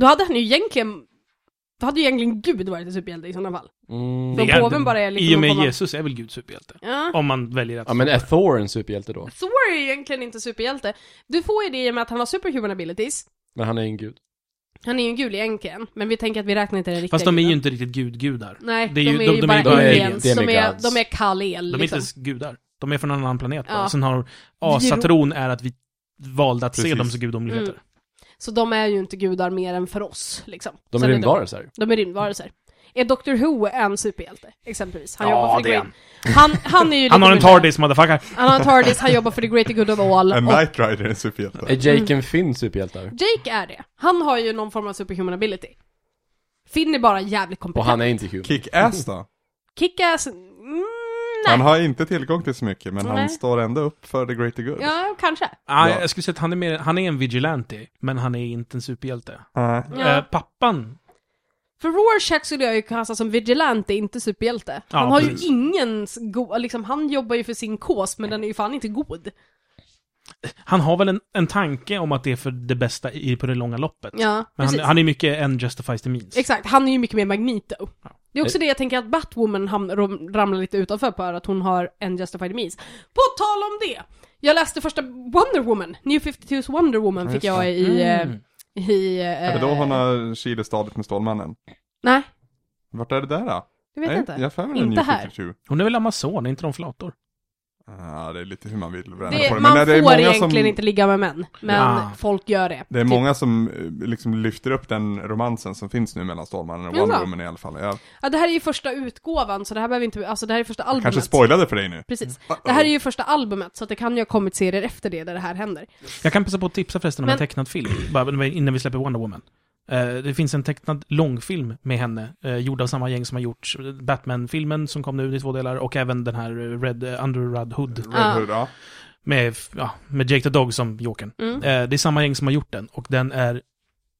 S2: då hade han ju egentligen, då hade ju egentligen Gud varit en superhjälte i sådana fall.
S4: Mm.
S2: Men
S1: Det är-
S2: påven bara är liksom
S1: I och med
S2: någon form av-
S1: Jesus är väl Guds superhjälte?
S2: Ja.
S1: Om man väljer att...
S4: Ja, men är Thor en superhjälte då?
S2: Thor är ju egentligen inte superhjälte. Du får ju det i och med att han har superhuman abilities.
S4: Men han är en gud.
S2: Han är ju en gul egentligen, men vi tänker att vi räknar inte den riktiga
S1: Fast de är ju
S2: guden.
S1: inte riktigt gudgudar.
S2: Nej,
S1: det är ju-
S2: de, är ju
S1: de- de är
S2: bara
S1: ju
S4: bara
S2: aliens. De är,
S4: demigods.
S2: de är kall-el,
S1: De är inte
S2: liksom.
S1: ens gudar. De är från en annan planet bara.
S2: Ja.
S1: Sen har... Ja,
S2: Vi är-
S1: Satron är att vi valde att se
S3: Precis.
S1: dem som gudomligheter.
S2: Mm. Så de är ju inte gudar mer än för oss, liksom.
S4: De
S2: Så
S4: är
S2: det
S3: Mm.
S4: rymdvarelser.
S2: De är rymdvarelser. Är Doctor Who en superhjälte, exempelvis? Han
S1: Ja,
S2: jobbar för the
S1: det är
S2: great... han. Han är ju
S1: Han
S2: lite
S1: har en
S2: mindre.
S1: TARDIS, motherfucker.
S2: Han har en TARDIS, han jobbar för the greater good of all.
S3: En
S2: Och
S3: Knight Rider är en superhjälte.
S4: Är Jake and Finn superhjältar?
S2: Jake är det. Han har ju någon form av superhuman ability. Finn är bara jävligt
S4: Och
S2: kompetent.
S4: han är inte human.
S3: Kick-Ass då?
S2: Kick-ass... Mm, nej.
S3: Han har inte tillgång till så mycket, men
S2: Nej.
S3: han står ändå upp för the greater good.
S2: Ja, kanske.
S1: Ah,
S3: Ja.
S1: Jag skulle säga att han är, mer, han är en vigilante, men han är inte en superhjälte.
S3: Nej.
S2: Ja.
S1: Eh, pappan,
S2: För Rorschach skulle jag ju klassa som vigilante, inte superhjälte. Han
S1: Ja,
S2: har ju
S1: precis.
S2: ingen go- liksom, han jobbar ju för sin kås, men den är ju fan inte god.
S1: han har väl en, en tanke om att det är för det bästa i, på det långa loppet.
S2: Ja,
S1: men han,
S2: precis.
S1: han är mycket en justifies the means.
S2: Exakt, han är ju mycket mer Magneto. Det är också det jag tänker att Batwoman hamnar, rom- ramlar lite utanför på att hon har en Justified Means. På tal om det! Jag läste första Wonder Woman, New 52's Wonder Woman fick
S3: Just
S2: jag
S3: det.
S2: i...
S1: Mm.
S2: eh, i eh,
S3: Är det då hon har Chilestadet med Stålmannen?
S2: Nej,
S3: Vart är det där då?
S2: det vet
S3: Nej,
S2: jag inte.
S3: Jag har för mig det är
S2: Inte
S3: New
S2: här.
S3: 52.
S1: Hon är väl amazon, är inte de flator?
S3: Ja, det är lite hur man vill vända
S2: Det,
S3: på det.
S2: man
S3: nej, det
S2: får
S3: många
S2: egentligen
S3: som,
S2: inte ligga med män, men
S1: Ja.
S2: folk gör det.
S3: Det är
S2: Typ.
S3: många som eh, liksom lyfter upp den romansen som finns nu mellan Stålmannen och
S2: Jaså?
S3: Wonder Woman i alla fall. Jag
S2: Ja, det här är ju första utgåvan, så det här behöver inte, alltså det här är första albumet.
S3: kanske spoilade för dig nu.
S2: Precis. Det här är ju första albumet, så att det kan ju ha kommit serier efter det där det här händer.
S1: Jag kan passa på att tipsa förresten om en
S2: Men-
S1: tecknad film, bara innan vi släpper Wonder Woman. Eh, Det finns en tecknad långfilm med henne, eh, gjord av samma gäng som har gjort eh, Batman-filmen som kom nu i två delar, och även den här eh, Red, eh, Under Red Hood
S3: Red Hood, ja.
S1: med, f- ja, med Jake the Dog som Jokern.
S2: Mm.
S1: Eh, Det är samma gäng som har gjort den, och den är,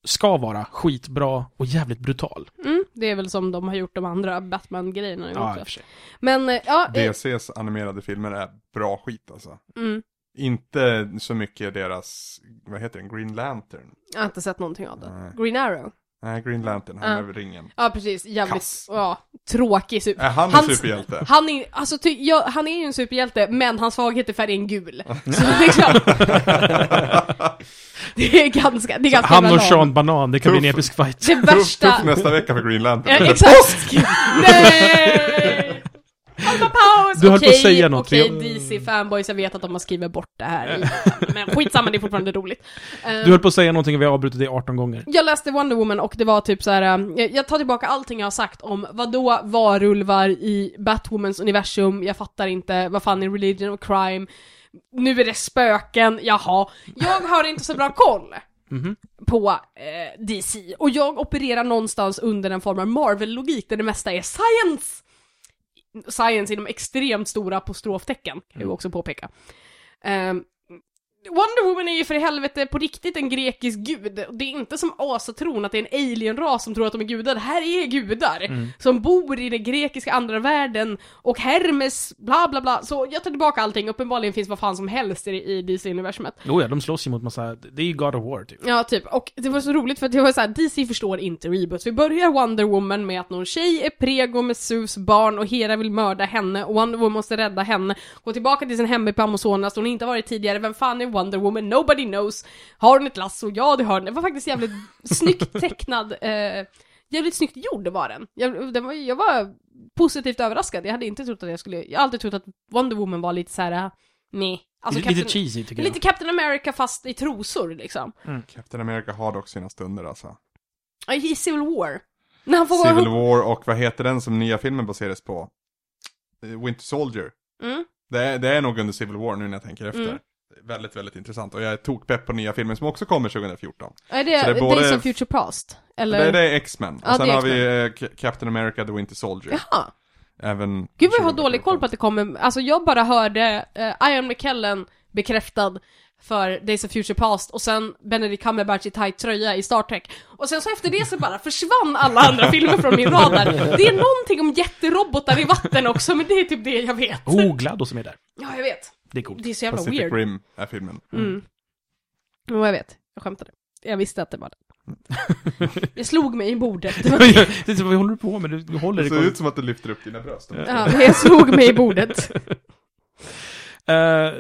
S1: ska vara skitbra och jävligt brutal.
S2: Mm, det är väl som de har gjort de andra Batman-grejerna nu
S1: Ja, i och
S2: också.
S1: för sig.
S2: Men eh, ja, eh,
S3: DCs animerade filmer är bra skit alltså.
S2: mm,
S3: Inte så mycket deras, vad heter den, Green Lantern?
S2: jag har inte sett någonting av det.
S3: Nej.
S2: Green Arrow.
S3: Nej, Green Lantern, han
S2: Ja.
S3: med ringen.
S2: Ja, precis. Jävligt
S3: Kass.
S2: ja, tråkig super...
S3: Är han en
S2: Hans-
S3: superhjälte?
S2: Han är, alltså, ty, ja, han är ju en superhjälte, men hans svaghet är färgen gul. Så det är klart. det är ganska, det är ganska
S1: Han och
S2: banalt.
S1: Sean Banan, det kan bli en
S3: Tuff.
S1: episk fight.
S2: Det
S3: Tuff,
S2: värsta...
S3: tuff nästa vecka för Green
S2: Ja,
S3: Lantern.
S2: exakt! Nej! Alma Paus!
S1: Du höll på att
S2: Okej,
S1: säga något.
S2: Okej,
S1: Jag-
S2: DC-fanboys, jag vet att de har skrivit bort det här. Men skitsamma, det är fortfarande roligt. Eh,
S1: Du höll på att säga någonting och vi har avbrutit det 18 gånger.
S2: jag läste Wonder Woman och det var typ så här. eh, jag- jag tar tillbaka allting jag har sagt om vad då varulvar i Batwomans universum, jag fattar inte, vad fan är religion och crime, nu är det spöken, jaha. Jag har inte så bra koll
S1: Mhm.
S2: på eh, DC och jag opererar någonstans under en form av Marvel-logik där det mesta är science! Science inom extremt stora apostroftecken, kan jag också påpeka. Ehm, Wonder Woman är ju för i helvete på riktigt en grekisk gud. Det är inte som asatron att det är en alienras som tror att de är gudar. Det här är gudar som bor i den grekiska andra världen och Hermes, bla bla bla. Så jag tar tillbaka allting. Uppenbarligen finns vad fan som helst i, i DC-universumet.
S1: Jo ja, de slåss ju mot massa, det är ju God of War typ.
S2: Ja, typ. Och det var så roligt för att det var så här, DC förstår inte reboots. Vi börjar Wonder Woman med att någon tjej är prego med Sus barn och Hera vill mörda henne och Wonder Woman måste rädda henne. Gå tillbaka till sin hemby på Amazonas där hon inte har varit tidigare. Vem fan är Wonder Woman? Nobody knows. Har hon ett lasso? Ja, det har hon. Det var faktiskt jävligt snyggt tecknad. Eh, jävligt snyggt gjord var den. Jag, den var, jag var positivt överraskad. Jag hade inte trott att jag skulle... Jag har alltid trott att Wonder Woman var lite så här... Nej. Alltså,
S1: lite, lite
S2: Captain-
S1: cheesy tycker jag.
S2: Lite Captain America fast i trosor liksom.
S3: Captain America har dock sina stunder alltså.
S2: Ja, I Civil War. När han får vara
S3: Civil
S2: ihop.
S3: War och vad heter den som nya filmen baseras på? Eh, Winter Soldier.
S2: Mm.
S3: Det är, det är nog under Civil War nu när jag tänker efter.
S2: Mm.
S3: Väldigt, väldigt intressant. Och jag är tokpepp på nya filmen som också kommer 2014.
S2: Är det,
S3: Så det är både-
S2: Days of Future Past? Eller?
S3: Det, det är X-Men.
S2: Ja,
S3: och sen
S2: det är
S3: har vi eh, Ca- Captain America, The Winter Soldier.
S2: Jaha.
S3: Även
S2: Gud vad jag har
S3: 2014.
S2: dålig koll på att det kommer. Alltså jag bara hörde eh, Ian McKellen bekräftad för Days of Future Past och sen Benedict Cumberbatch i tight tröja i Star Trek. Och sen så efter det så bara försvann alla andra filmer från min radar. Det är någonting om jätterobotar i vatten också, men det är typ det jag vet.
S1: Oh, Glados som är där.
S2: Ja, jag vet.
S1: Det är coolt.
S2: Det är så jävla
S3: Pacific
S2: weird.
S3: Rim är filmen.
S2: Mm. Jo, jag vet. Jag skämtade. Jag visste att det var det. Jag slog mig i bordet. Det var det.
S1: det är så, vad håller du på med? Du, du håller
S3: Det ser
S1: dig
S3: ut som att du lyfter upp dina bröst.
S2: Ja, men jag slog mig i bordet.
S1: uh,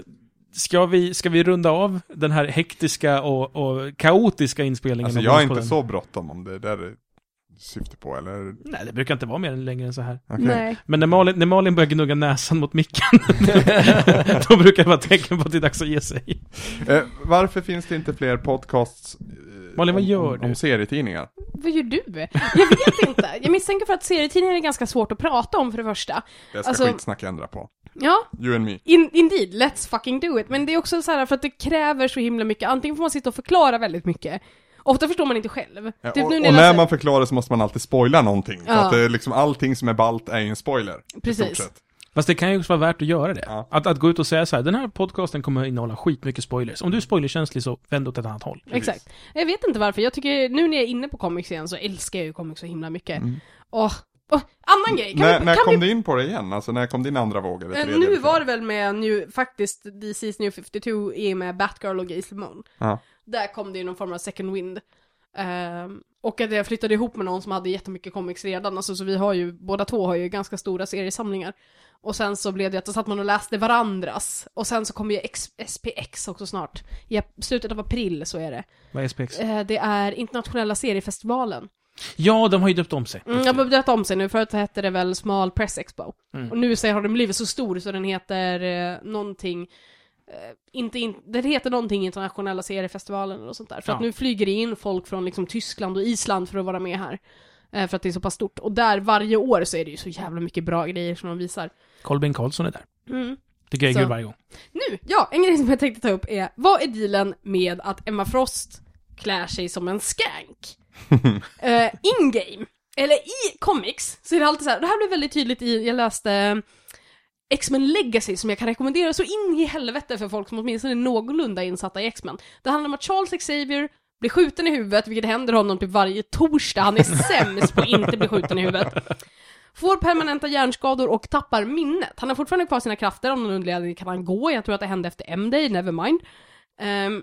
S1: ska, vi, ska vi runda av den här hektiska och, och kaotiska inspelningen?
S3: Alltså
S1: av
S3: jag har
S1: Bondspodden?
S3: inte så bråttom om det där är syfte på eller?
S1: Nej, det brukar inte vara mer än längre än så här.
S3: Okej.
S2: Nej.
S1: Men när Malin, när Malin börjar gnugga näsan mot micken, då brukar det vara tecken på att det är dags att ge sig.
S3: Eh, varför finns det inte fler podcasts eh,
S1: Malin, vad
S3: om,
S1: gör
S3: om,
S1: du?
S3: om serietidningar?
S2: Vad gör du? Jag vet inte. Jag misstänker för att serietidningar är ganska svårt att prata om för det första.
S3: Det ska
S2: Alltså-
S3: skitsnack ändra på.
S2: Ja,
S3: You and me.
S2: in, indeed. Let's fucking do it. Men det är också så här för att det kräver så himla mycket. Antingen får man sitta och förklara väldigt mycket. Ofta förstår man inte själv.
S3: Ja,
S2: Typ
S3: och,
S2: nu när
S3: och
S2: jag
S3: när
S2: läser-
S3: man förklarar så måste man alltid spoila någonting. För
S2: Ja.
S3: att det är liksom allting som är balt är ju en spoiler. i
S2: Precis.
S3: stort sett.
S1: Fast det kan ju också vara värt att göra det.
S3: Ja.
S1: Att, att gå ut och säga så här, den här podcasten kommer innehålla skitmycket spoilers. Om du är spoilerkänslig så vänd åt ett annat håll.
S3: Precis.
S2: Exakt. Jag vet inte varför. Jag tycker, nu när jag är inne på comics igen så älskar jag ju comics så himla mycket. Åh, åh, annan grej. Kan
S3: Mm. när
S2: vi,
S3: när
S2: kan
S3: kom
S2: vi
S3: du in på det igen? Alltså när kom din andra våg? Eller
S2: Eh,
S3: tredje
S2: nu
S3: eller
S2: var det väl med nu, faktiskt DC's New 52 är med Batgirl och Gaze Limon.
S3: Ja.
S2: Där kom det ju någon form av second wind. Ehm, och att jag flyttade ihop med någon som hade jättemycket comics redan, alltså, så vi har ju, båda två har ju ganska stora seriesamlingar. Och sen så blev det att då satt man och läste varandras. Och sen så kommer ju X- SPX också snart. I ap- slutet av april så är det.
S1: Vad är SPX?
S2: Eh, det är internationella seriefestivalen.
S1: Ja, de har ju döpt om sig.
S2: Mm, jag har döpt om sig nu, förut så hette det väl Small Press Expo.
S1: Mm.
S2: Och nu så har den blivit så stor så den heter eh, någonting, eh, inte in, den heter någonting internationella seriefestivalen eller sånt där. För
S1: Ja.
S2: att nu flyger det in folk från liksom Tyskland och Island för att vara med här. Eh, för att det är så pass stort. Och där varje år så är det ju så jävla mycket bra grejer som de visar.
S1: Kolben Karlsson är där.
S2: Mm.
S1: Tycker jag är
S2: Så.
S1: kul varje gång.
S2: Nu, ja, en grej som jag tänkte ta upp är, vad är dealen med att Emma Frost klär sig som en skank? Eh, In-game, eller i comics, så är det alltid så här, det här blev väldigt tydligt i, jag läste eh, X-Men Legacy som jag kan rekommendera så in i helvete för folk som åtminstone är någorlunda insatta i X-Men. Det handlar om att Charles Xavier blir skjuten i huvudet, vilket händer honom typ varje torsdag. Han är sämst på att inte bli skjuten i huvudet. Får permanenta hjärnskador och tappar minnet. Han har fortfarande kvar sina krafter, om någon underlig anledning kan han gå. Jag tror att det hände efter M-Day, nevermind. Ehm,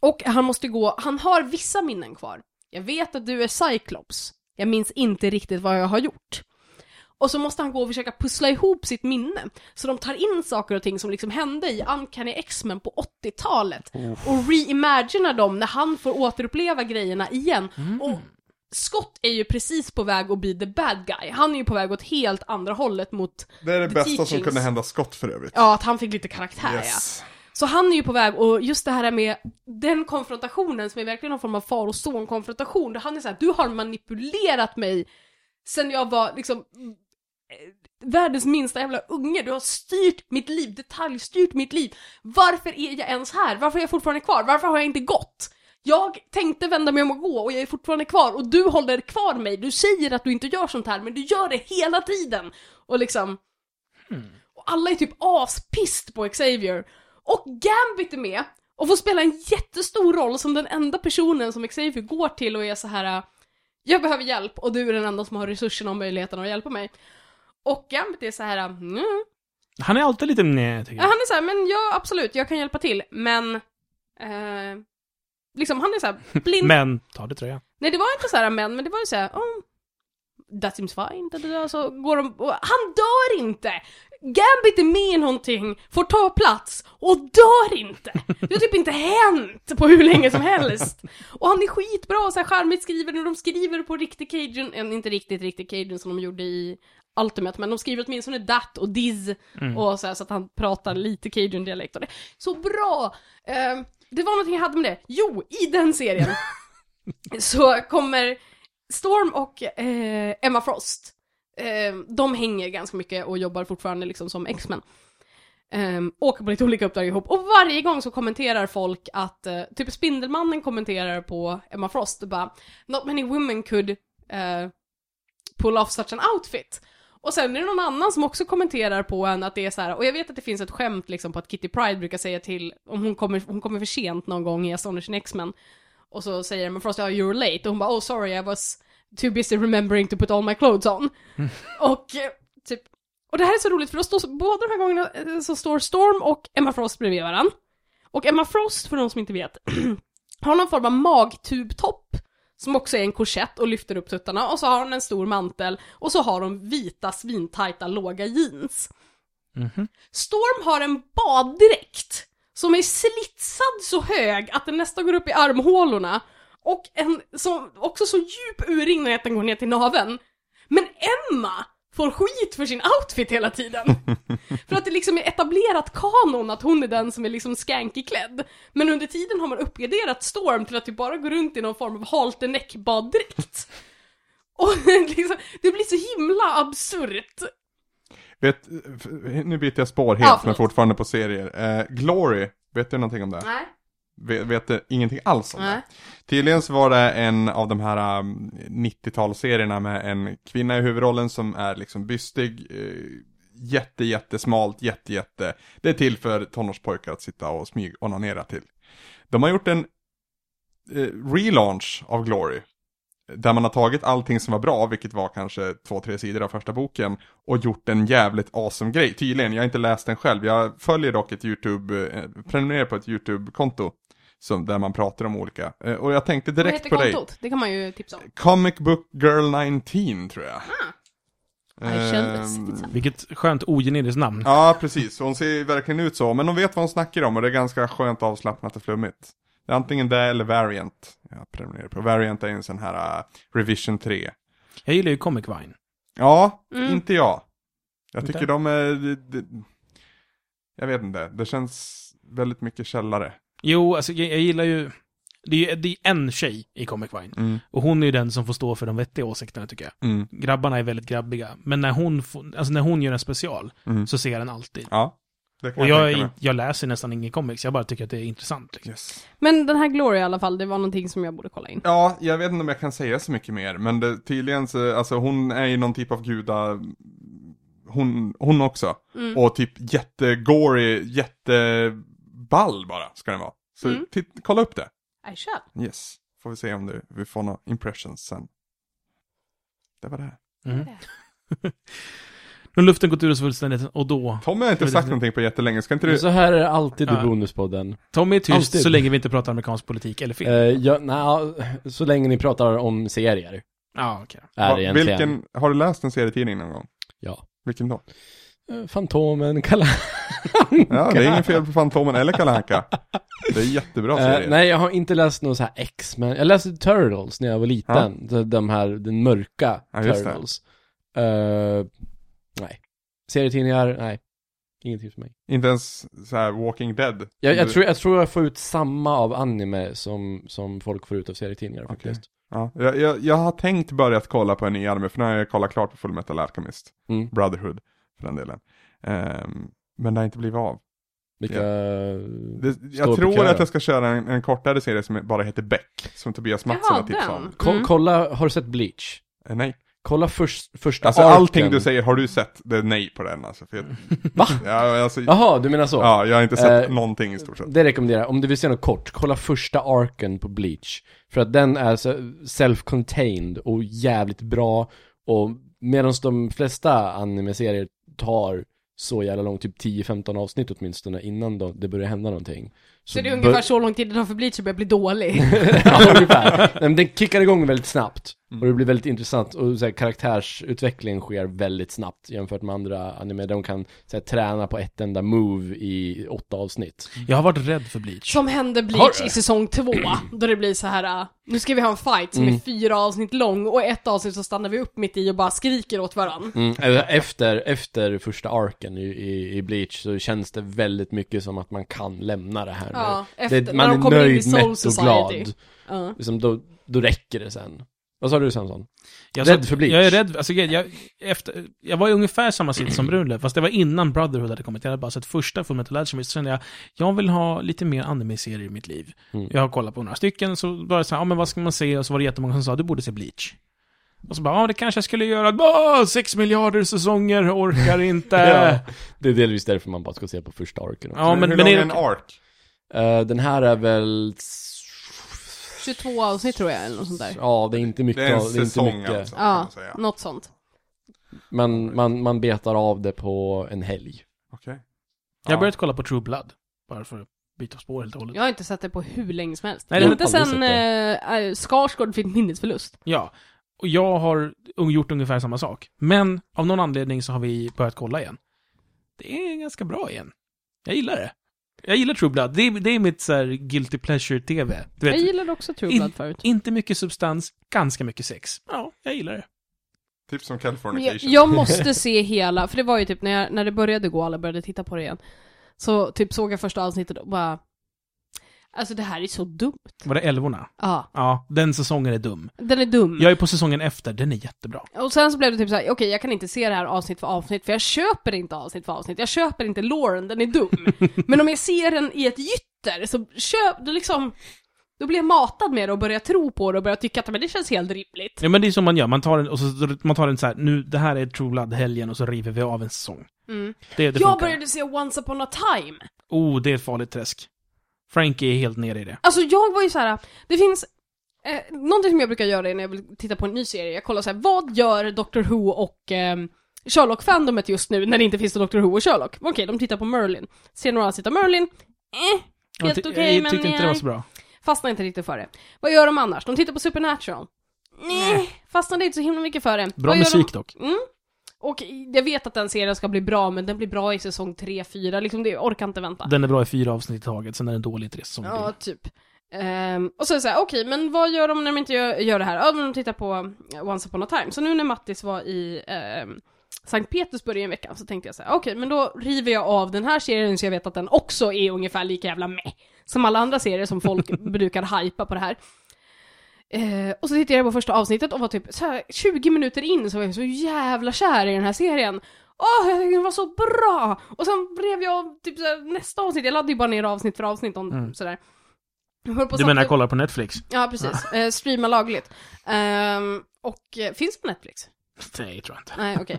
S2: och han måste gå, han har vissa minnen kvar. Jag vet att du är Cyclops. Jag minns inte riktigt vad jag har gjort. Och så måste han gå och försöka pussla ihop sitt minne. Så de tar in saker och ting som liksom hände i Uncanny X-Men på 80-talet. Och reimaginar dem när han får återuppleva grejerna igen. Och Scott är ju precis på väg att bli the bad guy. Han är ju på väg åt helt andra hållet mot,
S3: Det är det
S2: The
S3: bästa som
S2: teachings.
S3: kunde hända Scott för övrigt.
S2: ja, att han fick lite karaktär ja.
S3: yes.
S2: Så han är ju på väg och just det här med den konfrontationen som är verkligen någon form av far och son konfrontation. Där han är såhär, du har manipulerat mig sen jag var liksom mm, eh, världens minsta jävla unge. Du har styrt mitt liv, detaljstyrt mitt liv. Varför är jag ens här? Varför är jag fortfarande kvar? Varför har jag inte gått? Jag tänkte vända mig om och gå och jag är fortfarande kvar och du håller kvar mig. Du säger att du inte gör sånt här men du gör det hela tiden. Och liksom... Och alla är typ aspist på Xavier. Och Gambit är med och får spela en jättestor roll som den enda personen som Xavier går till och är så här. Jag behöver hjälp och du är den enda som har resurserna och möjligheten att hjälpa mig. Och Gambit är så här. Mm.
S1: Han är alltid lite nej, tycker
S2: Han
S1: jag.
S2: är så här, men ja absolut, jag kan hjälpa till, men... Eh, liksom han är så här blind.
S1: Men, ta det tröja.
S2: Nej det var inte så här men, men det var ju så här, oh, that seems fine, da, da, da, så går de, och han dör inte! Gambit är med i någonting, får ta plats och dör inte! Det har typ inte hänt på hur länge som helst! Och han är skitbra och så här charmigt skriver och de skriver på riktig cajun, eh, inte riktigt riktig cajun som de gjorde i Ultimate, men de skriver åtminstone that och diz och så, här, så att han pratar lite cajun-dialekt och det. Så bra! Eh, det var någonting jag hade med det. Jo, i den serien så kommer Storm och eh, Emma Frost. Eh, de hänger ganska mycket och jobbar fortfarande liksom som X-Men. Eh, åker på lite olika uppdrag ihop. Och varje gång så kommenterar folk att, eh, typ Spindelmannen kommenterar på Emma Frost och bara “Not many women could eh, pull off such an outfit”. Och sen är det någon annan som också kommenterar på en att det är så här, och jag vet att det finns ett skämt liksom på att Kitty Pride brukar säga till, om hon kommer, hon kommer för sent någon gång i Astonishing X-Men, och så säger Emma Frost, ja you're late. Och hon bara, oh sorry I was too busy remembering to put all my clothes on. och eh, typ, och det här är så roligt för då står, båda de här gångerna eh, så står Storm och Emma Frost bredvid varandra. Och Emma Frost, för de som inte vet, har någon form av magtubtopp som också är en korsett och lyfter upp tuttarna och så har hon en stor mantel och så har hon vita svintajta låga jeans. Storm har en baddräkt som är slitsad så hög att den nästan går upp i armhålorna och en som också så djup urringning att den går ner till naveln. Men Emma får skit för sin outfit hela tiden. för att det liksom är etablerat kanon att hon är den som är liksom skankiklädd. Men under tiden har man uppgraderat Storm till att typ bara gå runt i någon form av halter neck baddräkt. Och liksom, det blir så himla absurt.
S3: Vet, f- nu byter jag spår
S2: Ja,
S3: helt men
S2: förlåt.
S3: fortfarande på serier. Eh, Glory, vet du någonting om det?
S2: Nej.
S3: Vet, vet du ingenting alls om
S2: Nej.
S3: det? Tydligen så var det en av de här um, 90-talsserierna med en kvinna i huvudrollen som är liksom bystig, eh, jätte, jättesmalt, jätte, jätte. Det är till för tonårspojkar att sitta och smygonanera till. De har gjort en eh, relaunch av Glory. Där man har tagit allting som var bra, vilket var kanske två, tre sidor av första boken, och gjort en jävligt awesome grej. Tydligen, jag har inte läst den själv. Jag följer dock ett YouTube, eh, prenumererar på ett YouTube-konto. Som, där man pratar om olika. Eh, och jag tänkte
S2: Vad
S3: direkt
S2: heter
S3: på dig.
S2: kontot? Det kan man ju tipsa om.
S3: Comic Book Girl 19 tror jag.
S2: Ah, jag kände det.
S3: Ehm,
S1: Vilket skönt ogeneriskt namn.
S3: Ja, precis. Hon ser ju verkligen ut så. Men hon vet vad hon snackar om och det är ganska skönt avslappnat och flummigt. Det är antingen det eller Variant. Jag prenumererar på. Variant är ju en sån här eh, Revision 3.
S1: Jag gillar ju Comic Vine.
S3: Ja,
S2: Mm.
S3: inte jag. Jag
S1: Inte?
S3: tycker de är... d- d- Jag vet inte, det känns väldigt mycket källare.
S1: Jo, alltså jag, jag gillar ju... Det är ju det är en tjej i Comic Vine.
S3: Mm.
S1: Och hon är ju den som får stå för de vettiga åsikterna tycker jag.
S3: Mm.
S1: Grabbarna är väldigt grabbiga. Men när hon, får- alltså när hon gör en special
S3: Mm.
S1: så ser jag den alltid.
S3: Ja, det kan
S1: Och
S3: jag,
S1: jag,
S3: tänka
S1: är-
S3: mig.
S1: jag läser nästan ingen comics, jag bara tycker att det är intressant. Liksom.
S3: Yes.
S2: Men den här Glory i alla fall, det var någonting som jag borde kolla in.
S3: Ja, jag vet inte om jag kan säga så mycket mer, men det, tydligen så, alltså hon är ju någon typ av guda, hon, hon också. Och typ jättegory, jätteball bara ska den vara. Så
S2: Mm.
S3: titt, kolla upp det.
S2: I shall.
S3: Yes, får vi se om du, vi får några impressions sen. Det var det. här.
S1: Mm. När luften gått ur oss fullständigt och då...
S3: Tommy har inte sagt någonting på jättelänge, ska inte du?
S4: Så här är det alltid i
S1: Ja.
S4: Bonuspodden.
S1: Tommy är tyst
S4: Alltid.
S1: så länge vi inte pratar amerikansk politik eller film.
S4: Eh, jag, nja, så länge ni pratar om serier.
S1: Ja, okej.
S4: Är
S3: Va-
S4: det egentligen.
S3: vilken, har du läst en serietidning någon gång?
S4: Ja.
S3: Vilken då?
S4: Eh, Fantomen, Kalle
S3: Ja, det är ingen fel på Fantomen eller Kalle Anka. Det är jättebra
S4: Eh,
S3: serier.
S4: nej, jag har inte läst någon så här X-Men. Jag läste Turtles när jag var liten. De, de här, den mörka
S3: Ja, just det.
S4: Turtles. Eh, nej. Serietidningar, nej. Ingenting för mig.
S3: Inte ens så här Walking Dead.
S4: Jag, jag,
S3: Du-
S4: tror, jag tror jag får ut samma av anime som, som folk får ut av serietidningar faktiskt.
S3: Ja, jag, jag, jag har tänkt börja att kolla på en ny anime, för nu har jag kollat klart på Full Metal Alchemist.
S4: Mm.
S3: Brotherhood, för den delen. Ehm, men det har inte blivit av.
S4: Vilka...
S3: Det,
S4: Står
S3: jag
S4: på kö.
S3: tror att jag ska köra en, en kortare serie som bara heter Beck, som Tobias Mattsson
S2: Jaha,
S3: har tipsat om.
S2: den.
S4: Ko-
S2: Mm.
S4: Kolla, har du sett Bleach?
S3: Eh, nej.
S4: Kolla först, första
S3: Alltså
S4: arken.
S3: allting du säger, har du sett? Det är nej på den alltså. För jag,
S4: Va?
S3: ja, alltså,
S4: Jaha, du menar så?
S3: ja, jag har inte sett
S4: Eh,
S3: någonting i stort sett.
S4: Det rekommenderar jag. Om du vill se något kort, kolla första arken på Bleach. För att den är så self-contained och jävligt bra. Och medan de flesta anime-serier tar så jävla långt, typ 10-15 avsnitt åtminstone, innan de, det börjar hända någonting.
S2: Så det är
S4: bör-
S2: ungefär så lång tid det tar för Bleach att börja bli dålig.
S4: ja, ungefär. Nej, men den kickar igång väldigt snabbt. Och det blir väldigt intressant. Och så här, karaktärsutvecklingen sker väldigt snabbt jämfört med andra anime. De kan så här, träna på ett enda move i åtta avsnitt.
S1: Jag har varit rädd för Bleach.
S2: Som hände Bleach i säsong två, då det blir så här. äh, nu ska vi ha en fight som är fyra avsnitt lång och ett avsnitt så stannar vi upp mitt i och bara skriker åt varandra.
S4: Mm, eller efter, efter första arken i, i, i Bleach så känns det väldigt mycket som att man kan lämna det här nu.
S2: Ja,
S4: det,
S2: efter, när de kommer in i Soul Society. Ja.
S4: Liksom, då, då räcker det sen. Vad sa du Samson?
S1: Jag,
S4: Rädd för Bleach.
S1: Jag är rädd, alltså jag, jag, efter, jag var i ungefär samma sits som Brunle, fast det var innan Brotherhood hade kommit. Jag hade bara sett första Fullmetal Alchemist, så kände jag, jag vill ha lite mer anime-serier i mitt liv.
S4: Mm.
S1: Jag har kollat på några stycken, så bara så här, ja men vad ska man se? Och så var det jättemånga som sa, du borde se Bleach. Och så bara, ja det kanske jag skulle göra, bara, sex miljarder säsonger, orkar inte.
S4: Ja, det är delvis därför man bara ska se på första arken också.
S1: Eh. Ja, men-
S3: Hur
S1: men
S3: lång
S1: är
S3: är
S1: det-
S3: en ark?
S4: Eh, den här är väl...
S2: 22 avsnitt tror jag, eller något sånt där.
S4: Ja, det är inte mycket.
S3: Det är en
S4: av- det är inte
S3: säsong
S4: mycket.
S3: alltså, kan
S2: Ja,
S3: man säga.
S2: något sånt.
S4: Man, man, man betar av det på en helg.
S3: Okej.
S1: Jag har börjat kolla på True Blood, bara för att byta spår helt och hållet.
S2: Jag har inte sett det på hur länge som helst.
S1: Nej,
S4: det har
S2: inte
S4: jag aldrig
S2: sen äh, Skarsgård fick minnesförlust.
S1: Ja. Och jag har un- gjort ungefär samma sak. Men av någon anledning så har vi börjat kolla igen. Det är ganska bra igen. Jag gillar det. Jag gillar True Blood. Det är, det är mitt så här guilty pleasure-tv. Du
S2: Jag
S1: vet,
S2: gillade också True Blood
S1: In-
S2: förut.
S1: inte mycket substans, ganska mycket sex. Ja, jag gillar det.
S3: Typ som
S2: Jag,
S3: Californication.
S2: jag måste se hela, för det var ju typ när, jag, när det började gå och alla började titta på det igen. Så typ såg jag första avsnittet och bara... Alltså det här är så dumt.
S1: Var det Älvorna?
S2: Ja,
S1: Ja, den säsongen är dum.
S2: den är dum.
S1: Jag är på säsongen efter, den är jättebra.
S2: Och sen så blev det typ så här: okej jag kan inte se det här avsnitt för avsnitt för jag köper inte avsnitt för avsnitt. Jag köper inte Lauren, den är dum. Men om jag ser den i ett gytter så köp, då liksom, då blir jag matad med det och börjar tro på det och börjar tycka att men det känns helt rimligt.
S1: Ja men det är som man gör, man tar en, och så, man tar en så här, nu, det här är True Blood-helgen och så river vi av en säsong.
S2: Mm.
S1: Det, det
S2: Jag
S1: funkar.
S2: började se Once upon a time.
S1: Oh, det är ett farligt träsk. Frankie är helt nere i det.
S2: Alltså jag var ju så här. det finns eh, någonting som jag brukar göra är när jag vill titta på en ny serie, jag kollar så här: vad gör Doctor Who och eh, Sherlock-fandomet just nu när det inte finns någon Doctor Who och Sherlock? Okej, de tittar på Merlin. Ser några avsnitt av Merlin, eh, helt
S1: Jag ty-
S2: okej
S1: jag
S2: men...
S1: tyckte inte det var
S2: eh,
S1: så bra.
S2: Fastnar inte riktigt för det. Vad gör de annars? De tittar på Supernatural. Nej, fastnade inte så himla mycket för det.
S1: Eh. Bra
S2: Vad gör
S1: musik
S2: de?
S1: dock.
S2: Mm. Och jag vet att den serien ska bli bra, men den blir bra i säsong 3-4. Liksom det jag orkar inte vänta.
S1: Den är bra i fyra avsnitt i taget, sen är den dålig i tre säsonger.
S2: Ja, typ. Ehm, och så är det så här, okej, men vad gör de när de inte gör, gör det här? Ja, men de tittar på eh, Once upon a time. Så nu när Mattis var i ehm, Sankt Petersburg i en vecka så tänkte jag så här, okej, men då river jag av den här serien så jag vet att den också är ungefär lika jävla meh som alla andra serier som folk brukar hypa på det här. Eh, och så tittade jag på första avsnittet och var typ så här, 20 minuter in så var jag så jävla kär i den här serien. Åh, jag tyckte den var så bra! Och sen blev jag typ så här, nästa avsnitt, jag laddade ju bara ner avsnitt för avsnitt om
S1: Mm.
S2: sådär. Jag höll på
S1: Du menar
S2: samtidigt-
S1: kolla på Netflix?
S2: Ja, precis. Eh, streama lagligt. Ehm, och eh, finns på Netflix?
S1: Nej, tror jag inte.
S2: Nej, okej.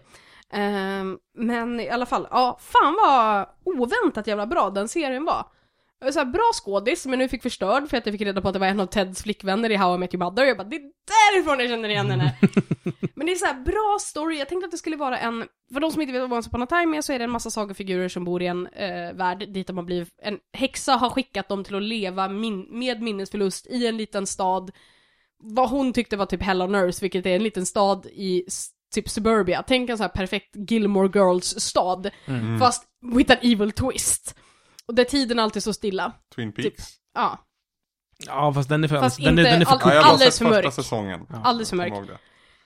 S2: Ehm, men i alla fall, ja, fan vad oväntat jävla bra den serien var. Det var Så här, bra skådis, men nu fick förstörd för att jag fick reda på att det var en av Teds flickvänner i How I Met Your Mother. Jag bara, det är därifrån jag känner igen henne. men det är så här bra story. Jag tänkte att det skulle vara en, för de som inte vet vad Once upon a time är så är det en massa sagofigurer som bor i en eh, värld dit de har blivit, en häxa har skickat dem till att leva min, med minnesförlust i en liten stad vad hon tyckte var typ Hell on Earth, vilket är en liten stad i s- typ suburbia. Tänk en sån här perfekt Gilmore Girls-stad, fast with an evil twist. Och där tiden alltid står stilla.
S3: Twin Peaks.
S2: Ja,
S1: Ja, fast den är för,
S2: Fast
S1: den, är,
S2: inte
S1: den är för
S2: all-
S1: kort.
S3: jag har bara
S2: Alldeles
S3: sett
S2: för mörk.
S3: första säsongen.
S2: alldeles för
S3: Kom
S2: mörkt.
S3: ihåg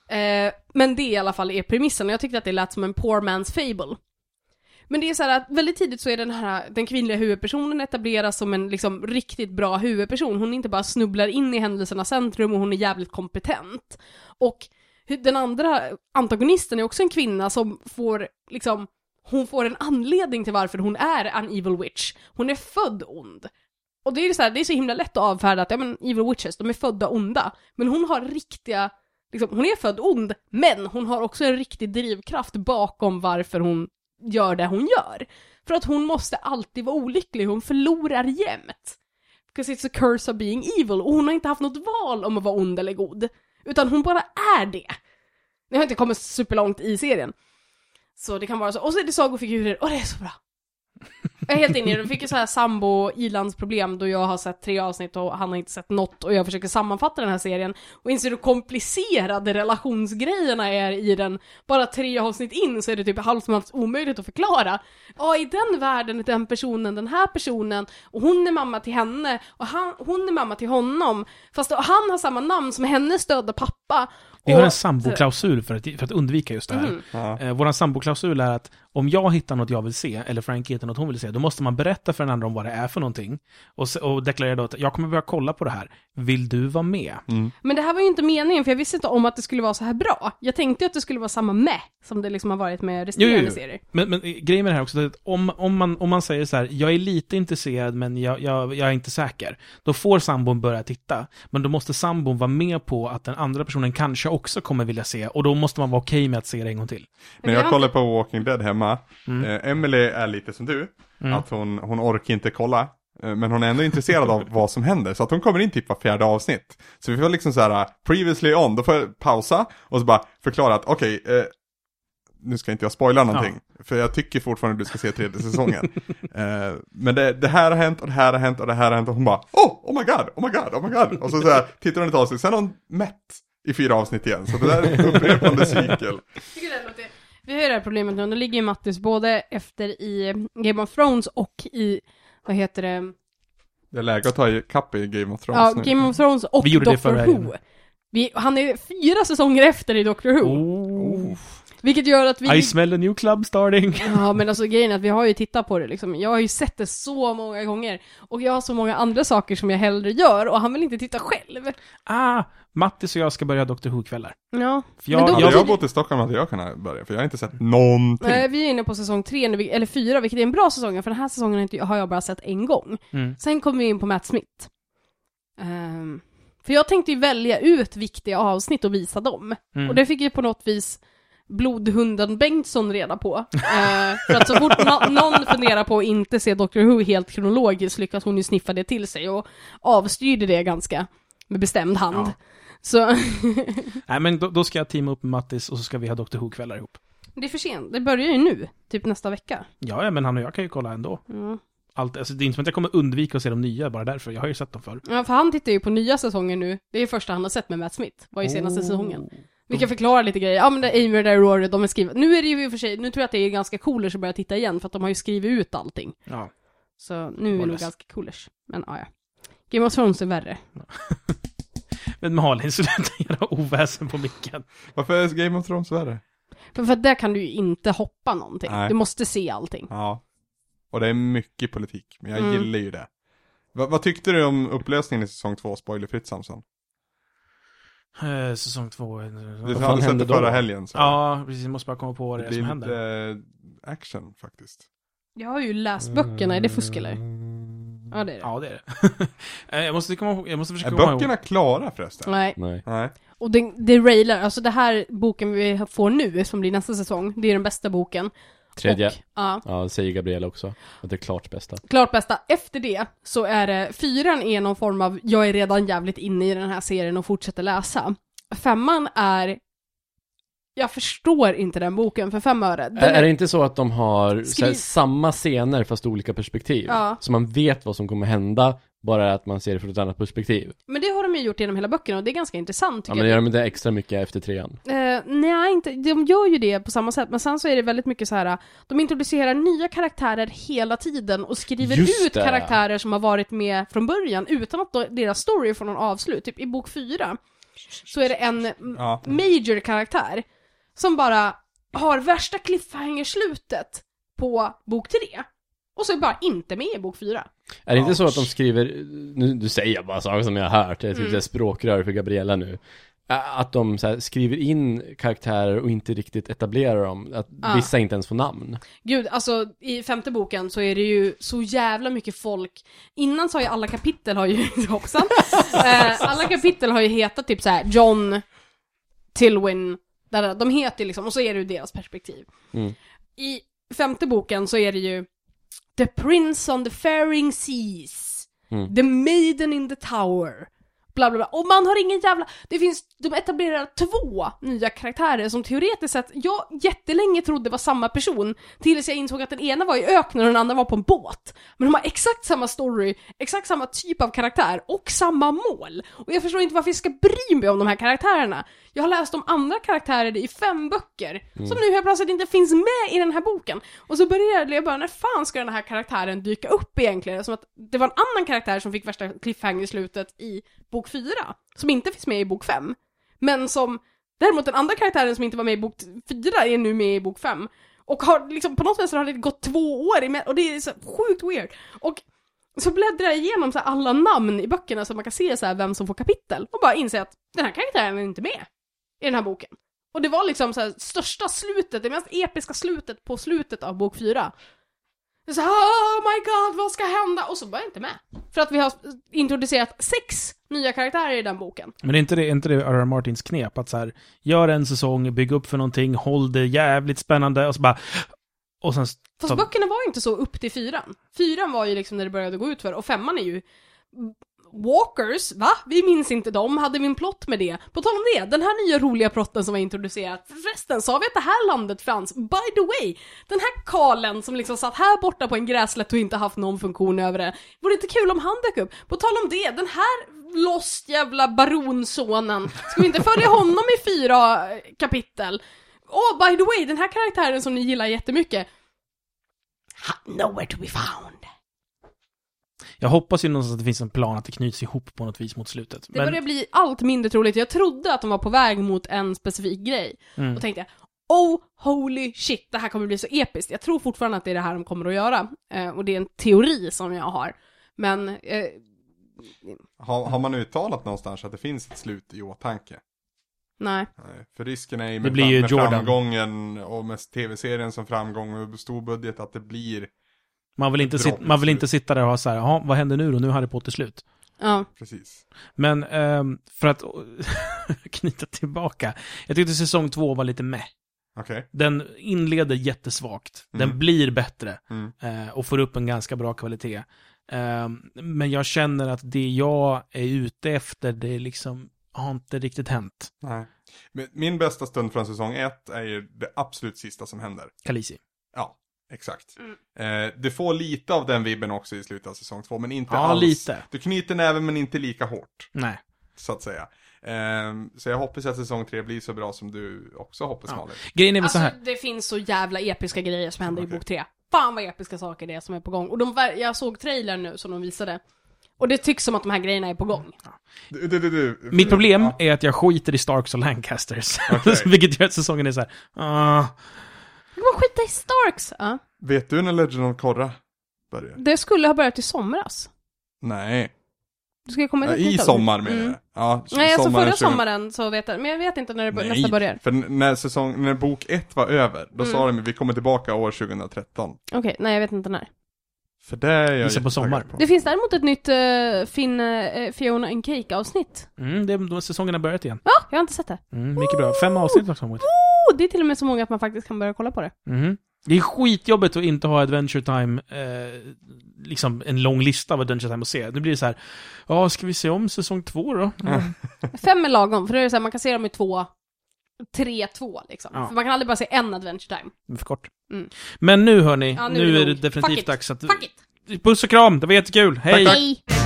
S3: det.
S2: Eh, men det i alla fall är premissen, och jag tyckte att det lät som en poor man's fable. Men det är så här att väldigt tidigt så är den här, den kvinnliga huvudpersonen etableras som en liksom riktigt bra huvudperson. Hon inte bara snubblar in i händelsernas centrum och hon är jävligt kompetent. Och hu- den andra antagonisten är också en kvinna som får, liksom, hon får en anledning till varför hon är en evil witch. Hon är född ond. Och det är ju så här, det är så himla lätt att avfärda att, ja men evil witches, de är födda onda. Men hon har riktiga liksom, hon är född ond, men hon har också en riktig drivkraft bakom varför hon gör det hon gör. För att hon måste alltid vara olycklig, hon förlorar jämt. Because it's a curse of being evil, och hon har inte haft något val om att vara ond eller god. Utan hon bara är det. Ni har inte kommit superlångt i serien. Så det kan vara så. Och så är det sagofigurer, och det är så bra. Jag är helt inne i det. Vi fick ju så här sambo ilandsproblem då jag har sett tre avsnitt och han har inte sett något och jag försöker sammanfatta den här serien och inser hur komplicerade relationsgrejerna är i den. Bara tre avsnitt in så är det typ halvt som halvt omöjligt att förklara. Ja, i den världen är den personen den här personen och hon är mamma till henne och han, hon är mamma till honom. Fast han har samma namn som hennes döda pappa.
S1: Vi har
S2: Och-
S1: en samboklausul för att, för att undvika just det här.
S2: Mhm.
S3: Ja.
S1: Eh, vår samboklausul är att om jag hittar något jag vill se, eller Frankie hittar något hon vill se, då måste man berätta för den andra om vad det är för någonting. Och, se- och deklarera då att jag kommer börja kolla på det här. Vill du vara med?
S2: Men det här var ju inte meningen, för jag visste inte om att det skulle vara så här bra. Jag tänkte ju att det skulle vara samma med som det liksom har varit med
S1: Jo,
S2: resterande
S1: jo, jo.
S2: serier.
S1: Men, men eh, grejen med det här också, är att om, om, man, om man säger så här, jag är lite intresserad men jag, jag, jag är inte säker. Då får sambon börja titta, men då måste sambon vara med på att den andra personen kanske också kommer vilja se, och då måste man vara okej med att se det en gång till.
S3: När
S2: vi
S3: jag
S2: har
S3: kollar på Walking Dead hemma,
S1: Mm.
S3: eh, Emily är lite som du,
S1: Mm.
S3: att hon, hon orkar inte kolla, eh, men hon är ändå intresserad av vad som händer, så att hon kommer in typ var fjärde avsnitt. Så vi får liksom så här, previously on, då får jag pausa och så bara förklara att okej, eh, nu ska inte jag spoila någonting, för jag tycker fortfarande du ska se tredje säsongen. eh, men det, det här har hänt och det här har hänt och det här har hänt och hon bara oh, oh my god, oh my god, oh my god. Och så, så här, tittar hon ett avsnitt, sen är hon mätt i fyra avsnitt igen, så det där är en upprepande cykel.
S2: Tycker det låter- Vi har ju det här problemet nu, nu ligger ju Mattis både efter i Game of Thrones och i, vad heter det,
S3: Det är läge att ta i kapp i Game of Thrones
S2: ja,
S3: nu.
S2: Game of Thrones och
S1: Vi gjorde det
S2: Doctor
S1: förra
S2: Who.
S1: helgen.
S2: Vi, han är fyra säsonger efter i Doctor Who,
S1: Oh.
S2: vilket gör att vi...
S1: I smell a new club starting.
S2: Ja men alltså grejen är att vi har ju tittat på det liksom. Jag har ju sett det så många gånger. Och jag har så många andra saker som jag hellre gör och han vill inte titta själv.
S1: Ah, Mattis och jag ska börja Dr Who-kvällar.
S2: Ja.
S1: För jag-
S3: Hade
S1: jag-
S3: jag, bott i Stockholm hade jag kunnat börja, för jag har inte sett någonting.
S2: Nej, vi är inne på säsong tre nu, vil- eller fyra, vilket är en bra säsong, för den här säsongen har inte- har jag bara sett en gång.
S1: Mm.
S2: Sen kommer vi in på Matt Smith. Ehm, för jag tänkte ju välja ut viktiga avsnitt och visa dem.
S1: Mm.
S2: Och det fick ju på något vis blodhunden Bengtsson reda på. Eh, för att så fort no- någon funderar på att inte se Doctor Who helt kronologiskt lyckas hon ju sniffa det till sig och avstyrde det ganska med bestämd hand.
S1: Ja.
S2: Så
S1: Nej, men då, då ska jag teama upp med Mattis och så ska vi ha Dr Who-kvällar ihop.
S2: det är för sent, det börjar ju nu, typ nästa vecka.
S1: Ja, ja, men han och jag kan ju kolla ändå.
S2: Mm.
S1: Allt, alltså, det är inte som att jag kommer undvika att se de nya bara därför. Jag har ju sett dem förr.
S2: Ja, för han tittar ju på nya säsonger nu. Det är första han har sett med Matt Smith, var ju
S1: Oh.
S2: senaste säsongen. Vilket förklarar lite grejer. Ja men det är Amy och Rory, de är skrivna. Nu är det ju i och för sig, nu tror jag att det är ganska coolers att börja titta igen, för att de har ju skrivit ut allting.
S1: Ja.
S2: Så nu är det nog
S1: Hållas.
S2: ganska coolers. Men ja, ja. Game of Thrones är värre.
S1: Men Malin, sluta göra oväsen på micken.
S3: Varför är Game of Thrones värre?
S2: För, för att där kan du ju inte hoppa någonting.
S3: Nej.
S2: Du måste se allting.
S3: Ja. Och det är mycket politik, men jag
S2: Mm.
S3: gillar ju det. Va, vad tyckte du om upplösningen i säsong två, spoilerfritt Samson?
S1: Eh, Säsong två.
S3: Vi
S4: fan
S3: hade sett
S4: hände
S3: det
S4: då?
S3: förra helgen. Så
S1: Ja, precis. Måste bara komma på vad det,
S3: det
S1: är som
S3: blir
S1: händer.
S3: lite eh, action faktiskt.
S2: Jag har ju läst böckerna, är det fusk eller?
S1: Mm.
S2: Ja, det är det.
S1: Ja, det är det. Eh, jag, måste komma, ihåg- jag måste
S3: Är
S1: försöka komma ihåg.
S3: böckerna klara förresten?
S2: Nej.
S4: Nej.
S3: Nej.
S2: Och det, det railar, alltså det här boken vi får nu, som blir nästa säsong, det är den bästa boken.
S4: Tredje.
S2: Och, ja,
S4: Ja, det säger Gabriella också. Att det är klart bästa.
S2: klart bästa. Efter det så är det, fyran är någon form av, jag är redan jävligt inne i den här serien och fortsätter läsa. Femman är, jag förstår inte den boken för fem öre. Den
S4: Är, är det inte så att de har så här,
S2: Skriv-
S4: samma scener fast olika perspektiv?
S2: Ja.
S4: Så man vet vad som kommer hända, bara att man ser det från ett annat perspektiv.
S2: Men det har de ju gjort genom hela böckerna och det är ganska intressant
S4: Ja,
S2: tycker
S4: men
S2: jag.
S4: gör de inte extra mycket efter trean?
S2: Eh, nej, inte, de gör ju det på samma sätt, men sen så är det väldigt mycket så här. eh, de introducerar nya karaktärer hela tiden och skriver
S4: Just
S2: ut
S4: det.
S2: karaktärer som har varit med från början utan att då, deras story får någon avslut. Typ i bok fyra så är det en m-
S3: Ja.
S2: major karaktär som bara har värsta cliffhanger-slutet på bok tre. Och så är bara inte med i bok fyra.
S4: Är det inte så att de skriver, nu, nu säger jag bara saker som jag har hört, det är typ
S2: Mm.
S4: så här språkrör för Gabriella nu. Ä- Att de så här, skriver in karaktärer och inte riktigt etablerar dem. Att
S2: Ja.
S4: vissa inte ens får namn.
S2: Gud, alltså i femte boken så är det ju så jävla mycket folk. Innan så har ju alla kapitel har ju, hoppsan, eh, alla kapitel har ju hetat typ så här John, Tilwin, där, där. de heter ju liksom, och så är det ju deras perspektiv.
S4: Mm.
S2: I femte boken så är det ju The Prince on the Faring Seas,
S4: Mm.
S2: The Maiden in the Tower, bla bla bla. Och man har ingen jävla, det finns, de etablerar två nya karaktärer som teoretiskt sett, jag jättelänge trodde var samma person, tills jag insåg att den ena var i öknen och den andra var på en båt. Men de har exakt samma story, exakt samma typ av karaktär och samma mål. Och jag förstår inte varför jag ska bry mig om de här karaktärerna. Jag har läst om andra karaktärer i fem böcker, som nu helt plötsligt inte finns med i den här boken. Och så började jag bara, när fan ska den här karaktären dyka upp egentligen? Som att det var en annan karaktär som fick värsta cliffhanger i slutet i bok fyra, som inte finns med i bok fem. Men som, däremot den andra karaktären som inte var med i bok t- fyra är nu med i bok fem. Och har liksom, på något sätt så har det gått två år emellan, och det är så sjukt weird. Och så bläddrar jag igenom så här alla namn i böckerna så man kan se så här vem som får kapitel och bara inse att den här karaktären är inte med i den här boken. Och det var liksom så här största slutet, det mest episka slutet på slutet av bok fyra. Det är Så här, oh my god, vad ska hända? Och så var jag inte med. För att vi har introducerat sex nya karaktärer i den boken.
S1: Men är inte det, är inte det R.R. Martins knep? Att så här, gör en säsong, bygg upp för någonting, håll det jävligt spännande och så bara... Och sen...
S2: Fast
S1: så-
S2: böckerna var ju inte så upp till fyran. Fyran var ju liksom när det började gå ut för och femman är ju Walkers, va? Vi minns inte dem, hade vi en plott med det? På tal om det, den här nya roliga plotten som var introducerad, förresten sa vi att det här landet fanns, by the way, den här Karlen som liksom satt här borta på en gräslätt och inte haft någon funktion över det, vore inte kul om han dök upp? På tal om det, den här lost jävla baronsonen, ska vi inte följa honom i fyra eh, kapitel? Åh, by the way, den här karaktären som ni gillar jättemycket, nowhere to be found.
S1: Jag hoppas ju någonstans att det finns en plan att det knyts ihop på något vis mot slutet.
S2: Det
S1: Men-
S2: börjar bli allt mindre troligt. Jag trodde att de var på väg mot en specifik grej.
S1: Mm.
S2: Och tänkte, oh holy shit, det här kommer bli så episkt. Jag tror fortfarande att det är det här de kommer att göra. Eh, och det är en teori som jag har. Men, eh,
S3: Har, har man uttalat någonstans att det finns ett slut i åtanke?
S2: nej.
S3: Nej, För risken är ju
S1: Det
S3: med,
S1: blir
S3: fram,
S1: ju
S3: med
S1: Jordan.
S3: framgången och med tv-serien som framgång och stor budget att det blir,
S1: Man vill, inte
S3: Ett
S1: sit,
S3: bra
S1: man vill
S3: slut.
S1: inte sitta där och ha så här, jaha, vad händer nu då? Nu är Harry Potter slut.
S2: Ja.
S3: precis.
S1: Men ehm, för att knyta tillbaka. Jag tyckte säsong två var lite meh.
S3: Okej.
S1: Den inleder jättesvagt. Den
S3: Mm.
S1: blir bättre
S3: Mm.
S1: eh, och får upp en ganska bra kvalitet. Ehm, men jag känner att det jag är ute efter, det liksom har inte riktigt hänt.
S3: Nej. Men min bästa stund från säsong ett är ju det absolut sista som händer.
S1: Kalisi.
S3: Ja, exakt.
S2: Mm.
S3: Eh, du får lite av den vibben också i slutet av säsong två, men inte
S1: Ja,
S3: alls.
S1: lite.
S3: Du knyter näven men inte lika hårt,
S1: Nej.
S3: så att säga. Ehm, så jag hoppas att säsong tre blir så bra som du också hoppas,
S1: Ja.
S3: Malin.
S1: Grejen är väl så
S2: Alltså
S1: här.
S2: det finns så jävla episka grejer som händer i
S3: Okej.
S2: bok tre. Fan vad episka saker det är som är på gång. Och de, ver- jag såg trailern nu som de visade. Och det tycks som att de här grejerna är på gång.
S3: Du, du, du, du.
S1: Mitt problem
S3: Ja.
S1: är att jag skiter i Starks och Lancasters.
S3: Okej.
S1: Vilket gör att säsongen är så här. ah,
S2: Du kan skita i Starks! Ja.
S3: Vet du när Legend of Korra börjar?
S2: Det skulle ha börjat i somras.
S3: Nej.
S2: Du ska komma
S3: Ja,
S2: ett nytt
S3: I
S2: avsnitt.
S3: sommar menar
S2: Mm.
S3: jag. Ja, så-
S2: Nej, alltså förra
S3: 2000
S2: sommaren så vet jag, men jag vet inte när det bör- nästa börjar.
S3: för n- när säsong, när bok ett var över,
S2: Mm.
S3: då sa de vi kommer tillbaka år 2013.
S2: Okej, nej jag vet inte när.
S3: För det är jag
S1: Gissa på
S3: jättetaggad
S1: sommar.
S3: på.
S2: Det finns däremot ett nytt eh, Finn, eh, Fiona and Cake avsnitt.
S1: mm, det, då har säsongen har börjat igen.
S2: Ja, jag har inte sett det.
S1: Mm, mycket bra. Fem avsnitt har kommit.
S2: Oh, det är till och med så många att man faktiskt kan börja kolla på det.
S1: Mm. Det är skitjobbigt att inte ha Adventure Time, eh, liksom en lång lista av Adventure Time att se. Nu blir det så här, ja, ska vi se om säsong två då?
S2: Fem är lagom, för då är det så här, man kan se dem i två, tre, två liksom.
S1: Ja.
S2: För man kan aldrig bara se en adventure time.
S1: För kort.
S2: Mm.
S1: Men nu hörni,
S2: Ja,
S1: nu,
S2: nu är
S1: är
S2: det
S1: det
S2: nog. Fuck
S1: definitivt
S2: it.
S1: dags att...
S2: Fuck it!
S1: Puss och kram, det var jättekul, hej!
S2: Hej!